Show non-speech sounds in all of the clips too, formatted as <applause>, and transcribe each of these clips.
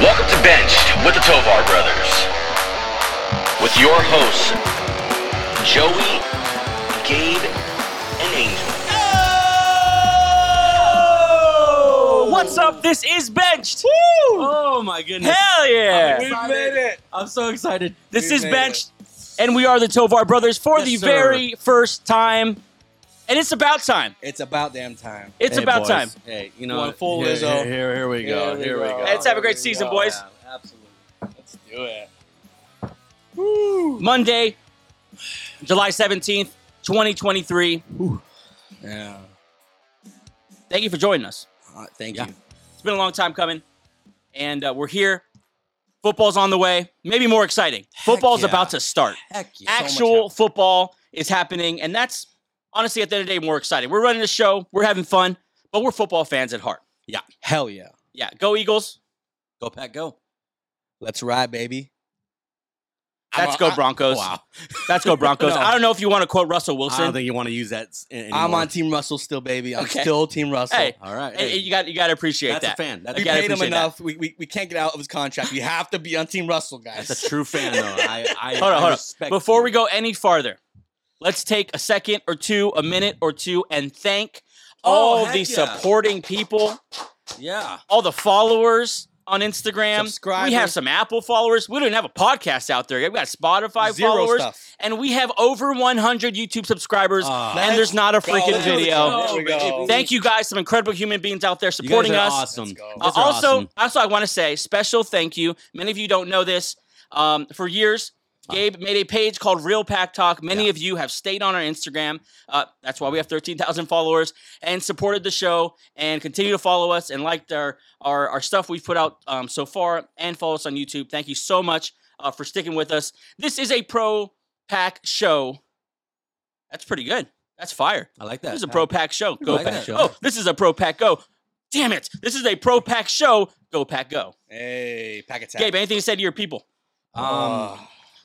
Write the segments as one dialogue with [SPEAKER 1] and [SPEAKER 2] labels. [SPEAKER 1] Welcome to Benched with the Tovar Brothers. With your hosts, Joey, Gabe, and Angel.
[SPEAKER 2] What's up? This is Benched. Oh my goodness. Hell
[SPEAKER 3] We
[SPEAKER 2] yeah.
[SPEAKER 3] made it.
[SPEAKER 2] I'm so excited. This
[SPEAKER 3] We
[SPEAKER 2] is
[SPEAKER 3] made
[SPEAKER 2] Benched, and we are the Tovar Brothers for
[SPEAKER 3] Yes,
[SPEAKER 2] the
[SPEAKER 3] sir.
[SPEAKER 2] very first time. And it's about time.
[SPEAKER 3] It's about damn time.
[SPEAKER 2] It's
[SPEAKER 4] Hey,
[SPEAKER 2] about
[SPEAKER 4] boys.
[SPEAKER 2] time.
[SPEAKER 3] Hey, you know,
[SPEAKER 4] One
[SPEAKER 3] full
[SPEAKER 4] here,
[SPEAKER 3] Lizzo.
[SPEAKER 4] Here, here, here we go. Here, we go.
[SPEAKER 2] Let's have a great season, boys.
[SPEAKER 3] Yeah, absolutely. Let's do it.
[SPEAKER 2] Monday, July 17th, 2023.
[SPEAKER 3] Yeah.
[SPEAKER 2] Thank you for joining us.
[SPEAKER 3] Uh, thank
[SPEAKER 2] Yeah.
[SPEAKER 3] you.
[SPEAKER 2] It's been a long time coming, and uh, we're here. Football's on the way. Maybe more exciting. Football's
[SPEAKER 3] yeah.
[SPEAKER 2] about to start.
[SPEAKER 3] Heck yeah.
[SPEAKER 2] actual football is happening, and that's honestly at the end of the day more exciting. We're running a show, we're having fun, but we're football fans at heart.
[SPEAKER 3] Hell yeah.
[SPEAKER 2] Yeah, go Eagles.
[SPEAKER 3] Go Pack, go. Let's ride, baby. I'm
[SPEAKER 2] Let's
[SPEAKER 3] a-
[SPEAKER 2] go
[SPEAKER 3] I-
[SPEAKER 2] Broncos.
[SPEAKER 3] Wow.
[SPEAKER 2] Let's go Broncos.
[SPEAKER 3] No.
[SPEAKER 2] I don't know if you want to quote Russell
[SPEAKER 4] I don't
[SPEAKER 2] Wilson.
[SPEAKER 4] think you want to use that. s- a-
[SPEAKER 3] I'm
[SPEAKER 4] anymore.
[SPEAKER 3] on Team Russell still, baby. I'm
[SPEAKER 2] Okay.
[SPEAKER 3] still Team Russell.
[SPEAKER 2] Hey,
[SPEAKER 4] All right.
[SPEAKER 2] Hey,
[SPEAKER 4] hey,
[SPEAKER 2] Eh, you got you got to appreciate
[SPEAKER 4] that's
[SPEAKER 2] that.
[SPEAKER 4] a fan. That's,
[SPEAKER 3] we
[SPEAKER 2] I gotta
[SPEAKER 3] paid him
[SPEAKER 2] appreciate that.
[SPEAKER 3] enough. We, we, we can't get out of his contract. We have to be on Team Russell,
[SPEAKER 2] <laughs>
[SPEAKER 3] guys.
[SPEAKER 4] that's a true fan, though. I, I,
[SPEAKER 2] Hold on,
[SPEAKER 4] I
[SPEAKER 2] hold on.
[SPEAKER 4] respect
[SPEAKER 2] Before
[SPEAKER 4] you.
[SPEAKER 2] we go any farther, let's take a second or two, a minute or two, and thank
[SPEAKER 4] Oh,
[SPEAKER 2] all
[SPEAKER 4] heck
[SPEAKER 2] the
[SPEAKER 4] yeah.
[SPEAKER 2] supporting people,
[SPEAKER 4] yeah,
[SPEAKER 2] all the followers on Instagram. We have
[SPEAKER 3] Subscribers.
[SPEAKER 2] some Apple followers. We don't even have a podcast out there. yet. We got Spotify
[SPEAKER 3] Zero
[SPEAKER 2] followers.
[SPEAKER 3] stuff.
[SPEAKER 2] and we have over 100 YouTube subscribers,
[SPEAKER 4] Ah.
[SPEAKER 2] and there's not a freaking
[SPEAKER 3] Let's go.
[SPEAKER 2] video.
[SPEAKER 3] There we go.
[SPEAKER 2] Thank you guys, some incredible human beings out there
[SPEAKER 4] you guys
[SPEAKER 2] supporting
[SPEAKER 4] are
[SPEAKER 2] us.
[SPEAKER 4] awesome.
[SPEAKER 3] Let's go.
[SPEAKER 2] Uh,
[SPEAKER 4] You guys are
[SPEAKER 2] also,
[SPEAKER 4] awesome.
[SPEAKER 2] also, I want to say special thank you. Many of you don't know this. Um, for years, Gabe made a page called Real Pack Talk. Many of you have stayed on our Instagram. Uh, that's why we have 13,000 followers and supported the show and continue to follow us and liked our our, our stuff we've put out um, so far and follow us on YouTube. Thank you so much uh, for sticking with us. This is a pro pack show. That's pretty good. That's fire.
[SPEAKER 4] I like
[SPEAKER 2] This
[SPEAKER 4] that.
[SPEAKER 2] is a pro pack show. Go
[SPEAKER 4] like
[SPEAKER 2] pack
[SPEAKER 4] that.
[SPEAKER 2] show. Oh, this is a pro pack go. Damn it! This is a pro pack show. Go pack go.
[SPEAKER 3] Hey, pack attack.
[SPEAKER 2] Gabe, anything you said to your people?
[SPEAKER 4] Um,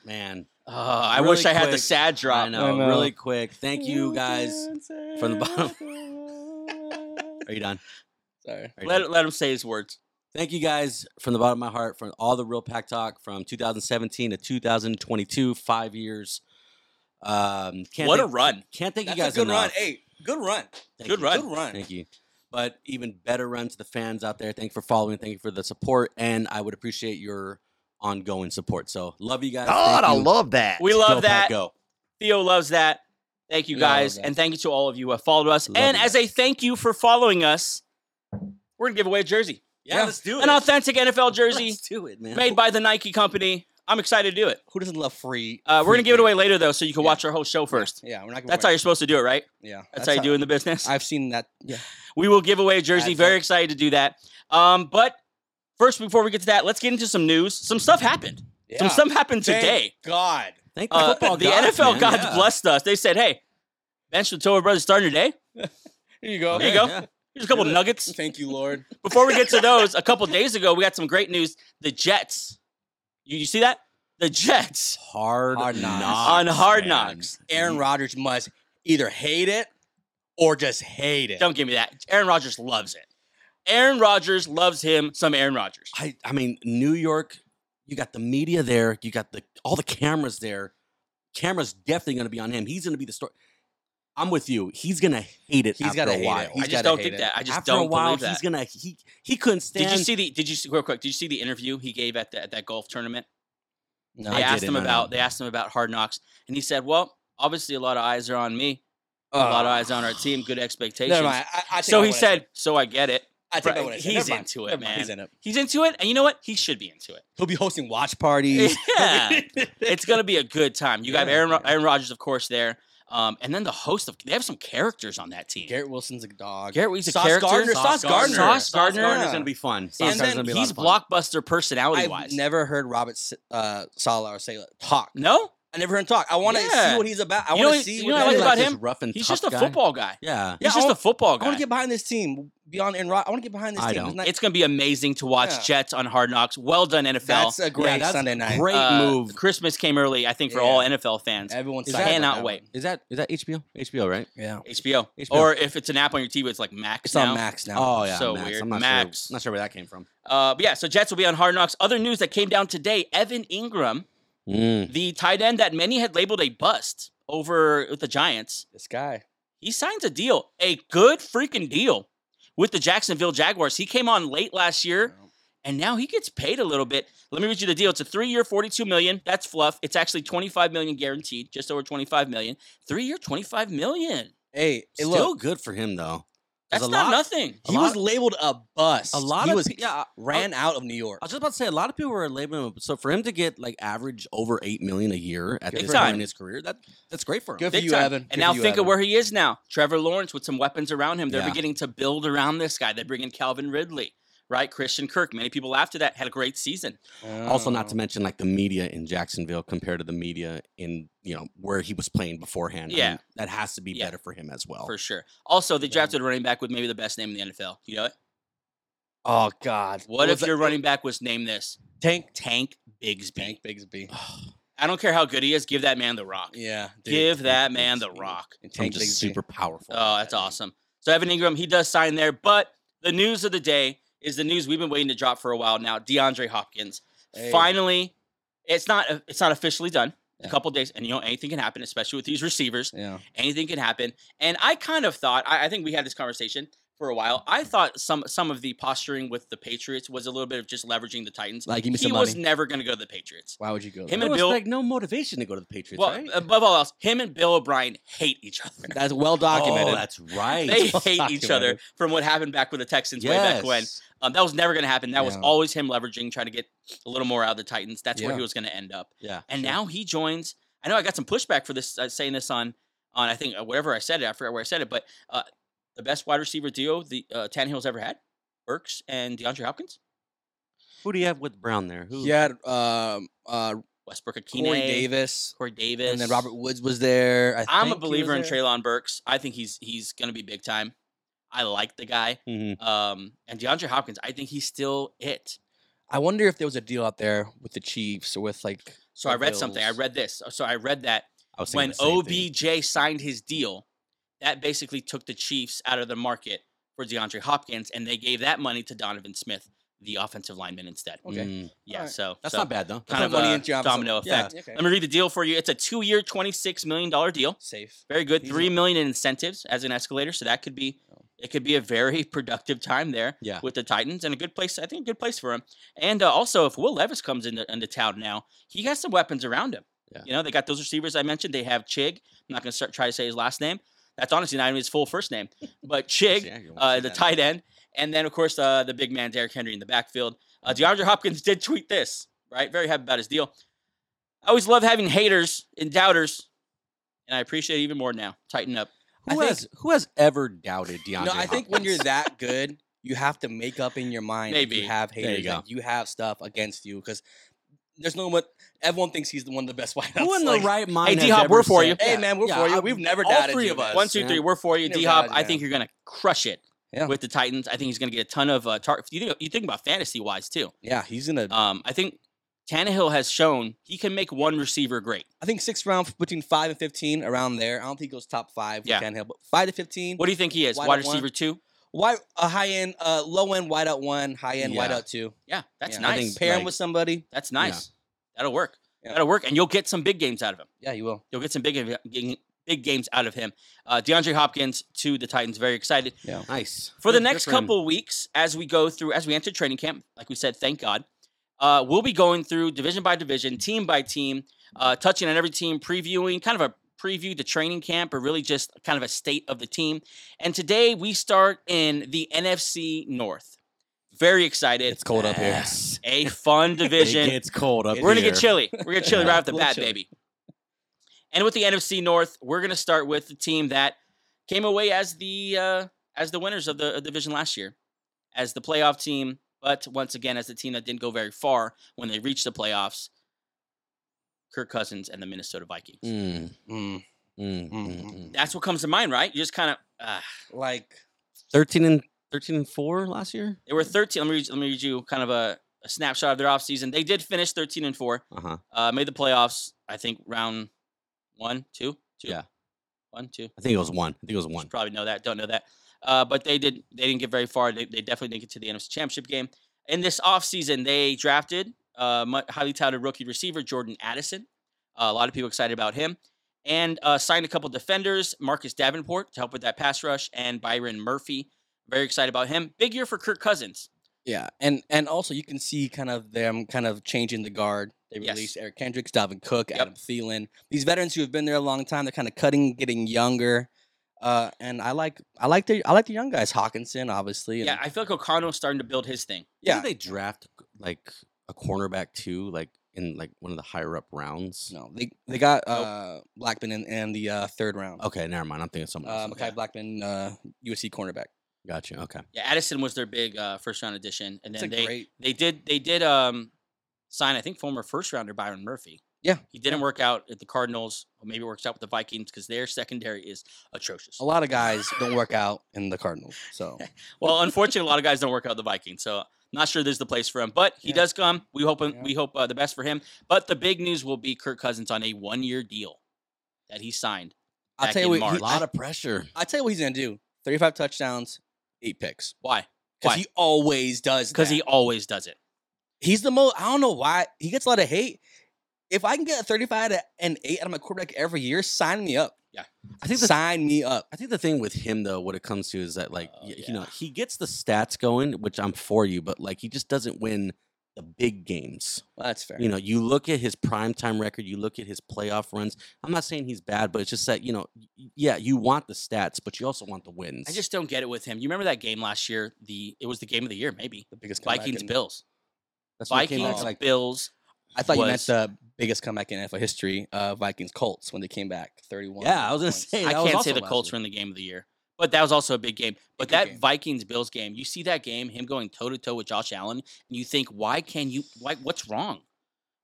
[SPEAKER 4] man,
[SPEAKER 2] Uh, I
[SPEAKER 4] Really
[SPEAKER 2] wish I had the
[SPEAKER 4] quick.
[SPEAKER 2] sad drop.
[SPEAKER 4] I know,
[SPEAKER 3] I know.
[SPEAKER 4] Really quick. Thank you guys from
[SPEAKER 2] <laughs>
[SPEAKER 4] the bottom. Are you done?
[SPEAKER 3] Sorry.
[SPEAKER 4] Are you done?
[SPEAKER 2] Let let him say his words.
[SPEAKER 4] Thank you guys from the bottom of my heart for all the real pack talk from 2017 to 2022, five years. Um, can't
[SPEAKER 2] what
[SPEAKER 4] thank,
[SPEAKER 2] a run!
[SPEAKER 4] Can't thank
[SPEAKER 3] That's
[SPEAKER 4] you guys
[SPEAKER 3] a good
[SPEAKER 4] enough.
[SPEAKER 3] run. Hey, good run.
[SPEAKER 4] Thank
[SPEAKER 2] good
[SPEAKER 4] you.
[SPEAKER 2] run.
[SPEAKER 3] Good run.
[SPEAKER 4] Thank you. But even better run to the fans out there. Thank you for following. Thank you for the support, and I would appreciate your ongoing support. So love you guys.
[SPEAKER 5] God, I
[SPEAKER 4] thank you.
[SPEAKER 5] love that.
[SPEAKER 2] We
[SPEAKER 4] Go,
[SPEAKER 2] love
[SPEAKER 4] Pack,
[SPEAKER 2] that.
[SPEAKER 4] Go.
[SPEAKER 2] Theo loves that. Thank you
[SPEAKER 3] Yeah, I love
[SPEAKER 2] guys,
[SPEAKER 3] that.
[SPEAKER 2] and thank you to all of you who have followed us.
[SPEAKER 4] Love
[SPEAKER 2] and
[SPEAKER 4] you
[SPEAKER 2] as a thank you for following us, we're gonna give away a jersey,
[SPEAKER 4] Yeah,
[SPEAKER 3] Yeah.
[SPEAKER 4] let's do it.
[SPEAKER 2] an authentic NFL jersey
[SPEAKER 4] Let's do it, man.
[SPEAKER 2] made by the Nike company. I'm excited to do it.
[SPEAKER 3] Who doesn't love free?
[SPEAKER 2] Uh, we're
[SPEAKER 3] free
[SPEAKER 2] gonna give it
[SPEAKER 3] gear?
[SPEAKER 2] away later though, so you can
[SPEAKER 3] Yeah.
[SPEAKER 2] watch our whole show first.
[SPEAKER 3] Yeah, we're not. Gonna
[SPEAKER 2] That's how you're supposed to do it, right?
[SPEAKER 3] Yeah,
[SPEAKER 2] That's, how you do it in the business.
[SPEAKER 3] I've seen that. Yeah.
[SPEAKER 2] We will give away a jersey.
[SPEAKER 3] That's
[SPEAKER 2] Very
[SPEAKER 3] it.
[SPEAKER 2] excited to do that. Um, but first, before we get to that, let's get into some news. Some stuff happened. Some stuff happened
[SPEAKER 3] Thank
[SPEAKER 2] today.
[SPEAKER 3] God.
[SPEAKER 4] Thank
[SPEAKER 2] Uh,
[SPEAKER 4] football
[SPEAKER 2] the
[SPEAKER 4] gods,
[SPEAKER 2] NFL
[SPEAKER 4] man.
[SPEAKER 2] gods
[SPEAKER 4] Yeah.
[SPEAKER 2] blessed us. They said, "Hey, bench with Toa Brothers starting today.
[SPEAKER 3] Here you go.
[SPEAKER 2] There you go.
[SPEAKER 4] Yeah.
[SPEAKER 2] Here's a couple
[SPEAKER 3] Yeah.
[SPEAKER 2] nuggets."
[SPEAKER 3] Thank you,
[SPEAKER 2] <laughs>
[SPEAKER 3] Lord.
[SPEAKER 2] Before we get to those, a couple days ago, we got some great news. The Jets. You, you see that? The Jets
[SPEAKER 4] Hard,
[SPEAKER 3] Hard knocks.
[SPEAKER 4] knocks
[SPEAKER 2] on Hard
[SPEAKER 4] man.
[SPEAKER 2] Knocks.
[SPEAKER 3] Aaron Rodgers must either hate it or just hate it.
[SPEAKER 2] Don't give me that. Aaron Rodgers loves it. Aaron Rodgers loves him. Some Aaron Rodgers.
[SPEAKER 4] I, I mean, New York, you got the media there, you got the all the cameras there. Cameras definitely going to be on him. He's going to be the story. I'm with you. He's going to hate it.
[SPEAKER 3] He's
[SPEAKER 4] after
[SPEAKER 3] gotta
[SPEAKER 4] a
[SPEAKER 3] hate
[SPEAKER 4] while.
[SPEAKER 3] it.
[SPEAKER 4] He's
[SPEAKER 2] I just
[SPEAKER 3] gotta
[SPEAKER 2] don't
[SPEAKER 3] hate
[SPEAKER 2] think
[SPEAKER 3] it.
[SPEAKER 2] that. I just
[SPEAKER 4] after
[SPEAKER 2] don't
[SPEAKER 4] a while,
[SPEAKER 2] believe that.
[SPEAKER 4] he's gonna he he couldn't stand.
[SPEAKER 2] Did you see the? Did you see, real quick? Did you see the interview he gave at the, at that golf tournament?
[SPEAKER 3] No,
[SPEAKER 2] They
[SPEAKER 4] I
[SPEAKER 2] asked
[SPEAKER 4] didn't,
[SPEAKER 2] him
[SPEAKER 4] I know.
[SPEAKER 2] about they asked him about Hard Knocks, and he said, "Well, obviously a lot of eyes are on me, a lot of eyes on our team, good expectations."
[SPEAKER 3] Uh, <sighs> Never mind. I, I take
[SPEAKER 2] so
[SPEAKER 3] back
[SPEAKER 2] he
[SPEAKER 3] what I
[SPEAKER 2] said, "So I get it.
[SPEAKER 3] I take
[SPEAKER 2] Bro,
[SPEAKER 3] back what I said.
[SPEAKER 2] he's
[SPEAKER 3] Never mind.
[SPEAKER 2] into it,
[SPEAKER 3] Never mind.
[SPEAKER 2] man.
[SPEAKER 3] He's in it.
[SPEAKER 2] He's into it, and you know what? He should be into it.
[SPEAKER 3] He'll be hosting watch parties.
[SPEAKER 2] <laughs> Yeah, it's gonna be a good time. You got
[SPEAKER 4] Yeah,
[SPEAKER 2] Aaron Ro-
[SPEAKER 4] yeah.
[SPEAKER 2] Aaron Rodgers, of course, there, um, and then the host of they have some characters on that team.
[SPEAKER 3] <laughs> Garrett Wilson's a dog.
[SPEAKER 2] Garrett Reed's a
[SPEAKER 3] Sauce
[SPEAKER 2] character.
[SPEAKER 3] Gardner,
[SPEAKER 2] Sauce
[SPEAKER 3] Sauce
[SPEAKER 2] Gardner.
[SPEAKER 3] Gardner.
[SPEAKER 2] Sauce Gardner.
[SPEAKER 3] Gardner.
[SPEAKER 4] Gardner's going to be fun. Sauce
[SPEAKER 2] And
[SPEAKER 4] Gardner's
[SPEAKER 2] then
[SPEAKER 4] gonna be a lot
[SPEAKER 2] he's
[SPEAKER 4] of fun.
[SPEAKER 2] blockbuster personality
[SPEAKER 3] I've
[SPEAKER 2] wise.
[SPEAKER 3] never heard Robert S- uh, Sala or say talk.
[SPEAKER 2] no,
[SPEAKER 3] I never heard him talk. I want to
[SPEAKER 2] Yeah.
[SPEAKER 3] see what he's about. I
[SPEAKER 2] You know
[SPEAKER 3] want to
[SPEAKER 2] what-
[SPEAKER 3] see
[SPEAKER 2] you
[SPEAKER 3] what
[SPEAKER 2] know what I
[SPEAKER 3] that
[SPEAKER 2] like
[SPEAKER 3] is.
[SPEAKER 2] about
[SPEAKER 4] this
[SPEAKER 2] him?
[SPEAKER 4] rough and
[SPEAKER 2] He's
[SPEAKER 4] tough
[SPEAKER 2] just a
[SPEAKER 4] guy.
[SPEAKER 2] football guy.
[SPEAKER 4] Yeah.
[SPEAKER 2] He's
[SPEAKER 3] Yeah, I
[SPEAKER 2] just a
[SPEAKER 3] want-
[SPEAKER 2] football
[SPEAKER 3] I want
[SPEAKER 2] guy.
[SPEAKER 3] to get behind this team beyond Enright. I want to get behind this
[SPEAKER 4] I
[SPEAKER 3] team.
[SPEAKER 4] don't.
[SPEAKER 3] not-
[SPEAKER 2] it's going to be amazing to watch
[SPEAKER 3] Yeah.
[SPEAKER 2] Jets on Hard Knocks. Well done, NFL.
[SPEAKER 3] that's a great
[SPEAKER 4] Yeah, that's
[SPEAKER 3] Sunday night.
[SPEAKER 4] Great
[SPEAKER 2] Uh,
[SPEAKER 4] move.
[SPEAKER 2] Christmas came early, I think, for
[SPEAKER 3] Yeah.
[SPEAKER 2] all NFL fans.
[SPEAKER 3] Everyone
[SPEAKER 4] Is
[SPEAKER 3] psyched
[SPEAKER 4] that-
[SPEAKER 3] about
[SPEAKER 2] Cannot
[SPEAKER 3] that
[SPEAKER 2] wait.
[SPEAKER 4] Is that is that HBO? HBO, right?
[SPEAKER 3] one. Yeah,
[SPEAKER 2] HBO.
[SPEAKER 4] HBO.
[SPEAKER 2] Or if it's an app on your TV, it's like Max
[SPEAKER 3] it's
[SPEAKER 2] now.
[SPEAKER 3] on Max now.
[SPEAKER 4] Oh yeah.
[SPEAKER 2] So
[SPEAKER 4] Max.
[SPEAKER 2] weird.
[SPEAKER 4] I'm not
[SPEAKER 2] Max.
[SPEAKER 4] sure. Not sure where that came from.
[SPEAKER 2] Uh, but yeah, so Jets will be on Hard Knocks. Other news that came down today: Evan Ingram,
[SPEAKER 4] Mm.
[SPEAKER 2] the tight end that many had labeled a bust over with the Giants,
[SPEAKER 3] This guy.
[SPEAKER 2] he signs a deal, a good freaking deal, with the Jacksonville Jaguars. He came on late last year, and now he gets paid a little bit. Let me read you the deal. It's a three-year, forty-two million. That's fluff. It's actually twenty-five million guaranteed, just over twenty-five million. Three-year, twenty-five million.
[SPEAKER 3] Hey, hey,
[SPEAKER 4] Still
[SPEAKER 3] look,
[SPEAKER 4] good for him though. 'Cause
[SPEAKER 2] That's
[SPEAKER 4] a
[SPEAKER 2] not
[SPEAKER 4] lot-
[SPEAKER 2] nothing.
[SPEAKER 4] a
[SPEAKER 3] he was
[SPEAKER 4] lot-
[SPEAKER 3] labeled a bust.
[SPEAKER 4] A lot
[SPEAKER 3] he
[SPEAKER 4] of
[SPEAKER 3] was
[SPEAKER 4] pe- yeah. I-
[SPEAKER 3] ran out of New York.
[SPEAKER 4] I was just about to say a lot of people were labeling him. So for him to get like average over eight million a year
[SPEAKER 2] Good
[SPEAKER 4] at this
[SPEAKER 2] for him.
[SPEAKER 4] time in his career, that that's great for him.
[SPEAKER 3] Good for
[SPEAKER 2] Big
[SPEAKER 3] you,
[SPEAKER 2] time.
[SPEAKER 3] Evan.
[SPEAKER 2] And now think of where he is now. Trevor Lawrence with some weapons around him. They're
[SPEAKER 4] Yeah.
[SPEAKER 2] beginning to build around this guy. They bring in Calvin Ridley, right? Christian Kirk. Many people after that had a great season.
[SPEAKER 4] Also,
[SPEAKER 3] Oh.
[SPEAKER 4] not to mention like the media in Jacksonville compared to the media in you know where he was playing beforehand. I
[SPEAKER 2] Yeah.
[SPEAKER 4] mean, that has to be
[SPEAKER 2] Yeah.
[SPEAKER 4] better for him as well.
[SPEAKER 2] For sure. Also, they drafted a running back with maybe the best name in the NFL. You know it?
[SPEAKER 3] Oh God.
[SPEAKER 2] What if
[SPEAKER 3] was
[SPEAKER 2] your
[SPEAKER 3] that?
[SPEAKER 2] running back was named this?
[SPEAKER 3] Tank?
[SPEAKER 2] Tank Bigsby.
[SPEAKER 3] Tank Bigsby.
[SPEAKER 2] I don't care how good he is. Give that man the rock.
[SPEAKER 3] Yeah. dude.
[SPEAKER 2] give that
[SPEAKER 4] Tank
[SPEAKER 2] man the
[SPEAKER 4] Bigsby.
[SPEAKER 2] rock.
[SPEAKER 3] And
[SPEAKER 4] I'm
[SPEAKER 3] Tank
[SPEAKER 4] just
[SPEAKER 3] Bigsby.
[SPEAKER 4] super powerful.
[SPEAKER 2] Oh, that's awesome. So Evan Ingram, he does sign there, but the news of the day is the news we've been waiting to drop for a while now. DeAndre Hopkins.
[SPEAKER 3] Hey.
[SPEAKER 2] Finally, it's not it's not officially done. A
[SPEAKER 3] Yeah.
[SPEAKER 2] couple days, and you know anything can happen, especially with these receivers.
[SPEAKER 3] Yeah.
[SPEAKER 2] Anything can happen. And I kind of thought, I, I think we had this conversation for a while. I thought some some of the posturing with the Patriots was a little bit of just leveraging the Titans.
[SPEAKER 3] Like give me
[SPEAKER 2] He
[SPEAKER 3] some
[SPEAKER 2] was
[SPEAKER 3] money.
[SPEAKER 2] never going to go to the Patriots.
[SPEAKER 3] Why would you go?
[SPEAKER 2] Him
[SPEAKER 3] there?
[SPEAKER 2] and
[SPEAKER 4] There was
[SPEAKER 2] Bill-
[SPEAKER 4] like no motivation to go to the Patriots,
[SPEAKER 2] Well,
[SPEAKER 4] right?
[SPEAKER 2] above all else, him and Bill O'Brien hate each other.
[SPEAKER 3] That's well documented.
[SPEAKER 4] Oh, that's right.
[SPEAKER 2] <laughs> They
[SPEAKER 3] well
[SPEAKER 2] hate each other
[SPEAKER 3] documented.
[SPEAKER 2] from what happened back with the Texans
[SPEAKER 4] yes.
[SPEAKER 2] way back when. Um, that was never going to happen. That was
[SPEAKER 3] Yeah.
[SPEAKER 2] always him leveraging, trying to get a little more out of the Titans. That's where
[SPEAKER 3] Yeah.
[SPEAKER 2] he was going to end up.
[SPEAKER 4] Yeah.
[SPEAKER 2] And now he joins. I know I got some pushback for this uh, saying this on on I think uh, whatever I said it. I forgot where I said it, but uh, the best wide receiver duo the uh, Tannehill's ever had, Burks and DeAndre Hopkins,
[SPEAKER 4] Who do you have with Brown there? Who?
[SPEAKER 3] He had um uh
[SPEAKER 2] Westbrook Akine,
[SPEAKER 3] Corey Davis,
[SPEAKER 2] Corey Davis,
[SPEAKER 3] and then Robert Woods was there. I
[SPEAKER 2] I'm
[SPEAKER 3] think
[SPEAKER 2] a
[SPEAKER 3] he
[SPEAKER 2] believer in
[SPEAKER 3] was there.
[SPEAKER 2] Traylon Burks. I think he's he's going to be big time. I like the guy.
[SPEAKER 4] Mhm.
[SPEAKER 2] Um, and DeAndre Hopkins, I think he's still it.
[SPEAKER 3] I wonder if there was a deal out there with the Chiefs or with like.
[SPEAKER 2] So
[SPEAKER 3] the
[SPEAKER 2] I read something. I
[SPEAKER 3] Bills.
[SPEAKER 2] read this. So I read that
[SPEAKER 4] I was thinking
[SPEAKER 2] when
[SPEAKER 4] the same thing.
[SPEAKER 2] OBJ signed his deal, that basically took the Chiefs out of the market for DeAndre Hopkins, and they gave that money to Donovan Smith, the offensive lineman, instead.
[SPEAKER 3] Okay.
[SPEAKER 4] Mm.
[SPEAKER 2] Yeah,
[SPEAKER 3] alright.
[SPEAKER 2] so
[SPEAKER 4] that's
[SPEAKER 2] so
[SPEAKER 4] not bad though.
[SPEAKER 2] kind
[SPEAKER 3] Put
[SPEAKER 2] of
[SPEAKER 3] money
[SPEAKER 2] a
[SPEAKER 3] into your opposite-
[SPEAKER 2] domino
[SPEAKER 3] Yeah,
[SPEAKER 2] effect.
[SPEAKER 3] okay.
[SPEAKER 2] Let me read the deal for you. It's a two-year, twenty-six million dollar deal.
[SPEAKER 3] Safe.
[SPEAKER 2] Very good.
[SPEAKER 3] He's
[SPEAKER 2] Three million in incentives as an escalator, so that could be it could be a very <laughs> productive time there
[SPEAKER 4] Oh. Yeah.
[SPEAKER 2] with the Titans and a good place. I think a good place for him. And uh, also, if Will Levis comes into into town now, he has some weapons around him.
[SPEAKER 4] Yeah.
[SPEAKER 2] You know, they got those receivers I mentioned. They have Chig. I'm not going to start, try to say his last name. That's honestly not even his full first name,
[SPEAKER 4] <laughs>
[SPEAKER 2] but Chig,
[SPEAKER 4] Yeah, you won't
[SPEAKER 2] uh,
[SPEAKER 4] see
[SPEAKER 2] the
[SPEAKER 4] that.
[SPEAKER 2] tight end, and then of course uh, the big man Derrick Henry in the backfield. Uh, DeAndre Hopkins did tweet this. Right, very happy about his deal. I always love having haters and doubters, and I appreciate it even more now. Tighten up.
[SPEAKER 3] I
[SPEAKER 4] Who
[SPEAKER 3] think-
[SPEAKER 4] has who has ever doubted DeAndre?
[SPEAKER 3] no, I think <laughs> when you're that good, you have to make up in your mind. if
[SPEAKER 2] Maybe.
[SPEAKER 3] you have
[SPEAKER 4] There you
[SPEAKER 3] haters. Like, you have stuff against you because there's no one. Everyone thinks he's the one of the best <laughs> wideouts.
[SPEAKER 4] Hopkins? who in
[SPEAKER 3] like,
[SPEAKER 4] the right mind? has
[SPEAKER 2] D-Hop,
[SPEAKER 4] ever
[SPEAKER 2] we're for
[SPEAKER 4] said-
[SPEAKER 2] you.
[SPEAKER 3] Hey
[SPEAKER 4] Yeah.
[SPEAKER 3] man, we're
[SPEAKER 4] Yeah,
[SPEAKER 3] for you.
[SPEAKER 4] I-
[SPEAKER 3] We've never
[SPEAKER 4] all
[SPEAKER 3] doubted
[SPEAKER 4] three
[SPEAKER 3] you,
[SPEAKER 4] of
[SPEAKER 3] man.
[SPEAKER 4] us.
[SPEAKER 2] One, two, three.
[SPEAKER 4] man.
[SPEAKER 2] We're for you,
[SPEAKER 3] Never
[SPEAKER 2] D Hop.
[SPEAKER 3] doubted
[SPEAKER 2] I
[SPEAKER 3] you.
[SPEAKER 2] think you're gonna crush it
[SPEAKER 3] Yeah.
[SPEAKER 2] with the Titans. I think he's gonna get a ton of uh, tar- you think you think about fantasy wise too.
[SPEAKER 3] Yeah, he's gonna.
[SPEAKER 4] Uh
[SPEAKER 2] Um, I think Tannehill has shown he can make one receiver great.
[SPEAKER 3] I think sixth round between five and fifteen, around there. I don't think he goes top five.
[SPEAKER 2] Yeah.
[SPEAKER 3] Yeah, Tannehill, but five to fifteen.
[SPEAKER 2] What do you think he is? Wide,
[SPEAKER 3] Wide at one.
[SPEAKER 2] receiver two.
[SPEAKER 3] Why a high end, uh, low end wide out one, high end wide
[SPEAKER 4] Yeah.
[SPEAKER 3] out two.
[SPEAKER 2] Yeah, that's
[SPEAKER 3] Yeah, I
[SPEAKER 2] nice.
[SPEAKER 4] think-
[SPEAKER 3] Pair him
[SPEAKER 4] Like-
[SPEAKER 3] with somebody.
[SPEAKER 2] that's nice. That'll work.
[SPEAKER 3] Yeah.
[SPEAKER 2] That'll work, and you'll get some big games out of him.
[SPEAKER 3] Yeah, you will.
[SPEAKER 2] You'll get some big ga- ga- big games out of him. Uh, DeAndre Hopkins to the Titans. Very excited.
[SPEAKER 4] Nice
[SPEAKER 2] for the
[SPEAKER 4] Good- good
[SPEAKER 2] next
[SPEAKER 4] for him.
[SPEAKER 2] couple weeks as we go through as we enter training camp like we said thank god uh, we'll be going through division by division team by team uh, touching on every team previewing kind of a preview to training camp or really just kind of a state of the team and today we start in the nfc north very excited
[SPEAKER 3] It's cold up here.
[SPEAKER 4] Yes.
[SPEAKER 2] a
[SPEAKER 3] <laughs>
[SPEAKER 2] fun division
[SPEAKER 4] It gets cold up
[SPEAKER 2] we're gonna
[SPEAKER 4] here.
[SPEAKER 2] get chilly. We're gonna chilly right off the
[SPEAKER 3] A little
[SPEAKER 2] bat,
[SPEAKER 3] chilly.
[SPEAKER 2] baby. And with the NFC North, we're gonna start with the team that came away as the uh, as the winners of the of the division last year, as the playoff team, but once again as the team that didn't go very far when they reached the playoffs. Kirk Cousins and the Minnesota Vikings.
[SPEAKER 4] Mm,
[SPEAKER 3] Mm.
[SPEAKER 4] mm, mm,
[SPEAKER 3] Mhm.
[SPEAKER 4] mm.
[SPEAKER 2] That's what comes to mind, right? You just kind of uh,
[SPEAKER 3] Like,
[SPEAKER 4] Thirteen and thirteen and four last year.
[SPEAKER 2] they were 13. Let me read, let me read you kind of a, a snapshot of their offseason. They did finish 13 and four.
[SPEAKER 4] Uh huh.
[SPEAKER 2] Uh, made the playoffs. I think round one, two, two.
[SPEAKER 4] Yeah.
[SPEAKER 2] One, two.
[SPEAKER 4] I think it was one. I think it was one.
[SPEAKER 2] Should probably know that. Don't know that. Uh, but they did. They didn't get very far. They, they definitely didn't get to the NFC Championship game. In this offseason, they drafted uh, mu- highly touted rookie receiver Jordan Addison. Uh, a lot of people excited about him, and uh, signed a couple defenders, Marcus Davenport to help with that pass rush, and Byron Murphy. Very excited about him. Big year for Kirk Cousins.
[SPEAKER 3] yeah, and and also you can see kind of them kind of changing the guard. They
[SPEAKER 2] Yes.
[SPEAKER 3] released Eric Kendricks, Dalvin Cook,
[SPEAKER 2] Yep.
[SPEAKER 3] Adam Thielen. These veterans who have been there a long time, they're kind of cutting, getting younger. Uh, and I like I like the I like the young guys. Hawkinson, obviously.
[SPEAKER 2] Yeah,
[SPEAKER 3] and-
[SPEAKER 2] I feel like O'Connell's starting to build his thing.
[SPEAKER 3] yeah.
[SPEAKER 4] Didn't they draft like a cornerback too, like in like one of the higher up rounds?
[SPEAKER 3] No, they they got
[SPEAKER 2] Nope.
[SPEAKER 3] uh, Blackman in, in the uh, third round.
[SPEAKER 4] Okay, never mind. I'm thinking of someone
[SPEAKER 3] Uh,
[SPEAKER 4] else.
[SPEAKER 3] Makai Blackman, uh, USC cornerback.
[SPEAKER 4] Gotcha. Okay.
[SPEAKER 2] Yeah, Addison was their big uh, first round addition, and
[SPEAKER 3] It's
[SPEAKER 2] then
[SPEAKER 3] a
[SPEAKER 2] they
[SPEAKER 3] great.
[SPEAKER 2] They did. They did um, sign. I think former first rounder Byron Murphy.
[SPEAKER 3] Yeah,
[SPEAKER 2] he didn't work out at the Cardinals. Or maybe it works out with the Vikings because their secondary is atrocious.
[SPEAKER 3] A lot of guys don't work out in the Cardinals, so
[SPEAKER 2] Well, unfortunately,
[SPEAKER 3] <laughs>
[SPEAKER 2] a lot of guys don't work out with the Vikings, so not sure there's the place for him. But he
[SPEAKER 3] Yeah.
[SPEAKER 2] does come. We hope. him
[SPEAKER 3] Yeah.
[SPEAKER 2] We hope uh, the best for him. But the big news will be Kirk Cousins on a one year deal that he signed.
[SPEAKER 3] I'll
[SPEAKER 2] Back
[SPEAKER 3] tell you
[SPEAKER 2] in
[SPEAKER 3] what.
[SPEAKER 2] March.
[SPEAKER 3] He,
[SPEAKER 4] A lot
[SPEAKER 3] I,
[SPEAKER 4] of pressure.
[SPEAKER 3] I'll tell you what he's gonna do: thirty-five touchdowns, eight picks,
[SPEAKER 2] Why?
[SPEAKER 3] because
[SPEAKER 2] Why?
[SPEAKER 3] he always does.
[SPEAKER 2] Because
[SPEAKER 3] that.
[SPEAKER 2] he always does it.
[SPEAKER 3] he's the most. I don't know why he gets a lot of hate. If I can get a thirty-five to- and eight out of my quarterback every year, sign me up.
[SPEAKER 4] I think the
[SPEAKER 3] sign me up.
[SPEAKER 4] I think the thing with him though, what it comes to is that like
[SPEAKER 2] Oh,
[SPEAKER 4] y-
[SPEAKER 2] yeah.
[SPEAKER 4] you know he gets the stats going, which I'm for you, but like he just doesn't win the big games.
[SPEAKER 3] Well, that's fair.
[SPEAKER 4] You know, you look at his primetime record, you look at his playoff runs. I'm not saying he's bad, but it's just that you know, y- yeah, you want the stats, but you also want the wins.
[SPEAKER 2] I just don't get it with him. You remember that game last year? The it was the game of the year, maybe.
[SPEAKER 3] the biggest comeback
[SPEAKER 2] Vikings
[SPEAKER 3] in-
[SPEAKER 2] Bills.
[SPEAKER 4] That's what it came out
[SPEAKER 2] Vikings
[SPEAKER 4] to,
[SPEAKER 3] like-
[SPEAKER 2] Bills.
[SPEAKER 3] I thought
[SPEAKER 2] was-
[SPEAKER 3] you meant the biggest comeback in NFL history, uh, Vikings Colts when they came back thirty-one.
[SPEAKER 4] Yeah, I <laughs> was gonna
[SPEAKER 3] points.
[SPEAKER 4] say
[SPEAKER 2] I
[SPEAKER 4] that
[SPEAKER 2] can't
[SPEAKER 4] was
[SPEAKER 2] say
[SPEAKER 4] also
[SPEAKER 2] the
[SPEAKER 4] last
[SPEAKER 2] Colts
[SPEAKER 4] week.
[SPEAKER 2] were in the game of the year, but that was also a big game. But
[SPEAKER 3] good
[SPEAKER 2] that
[SPEAKER 3] game.
[SPEAKER 2] Vikings Bills game, you see that game, him going toe to toe with Josh Allen, and you think, why can you? Why? What's wrong?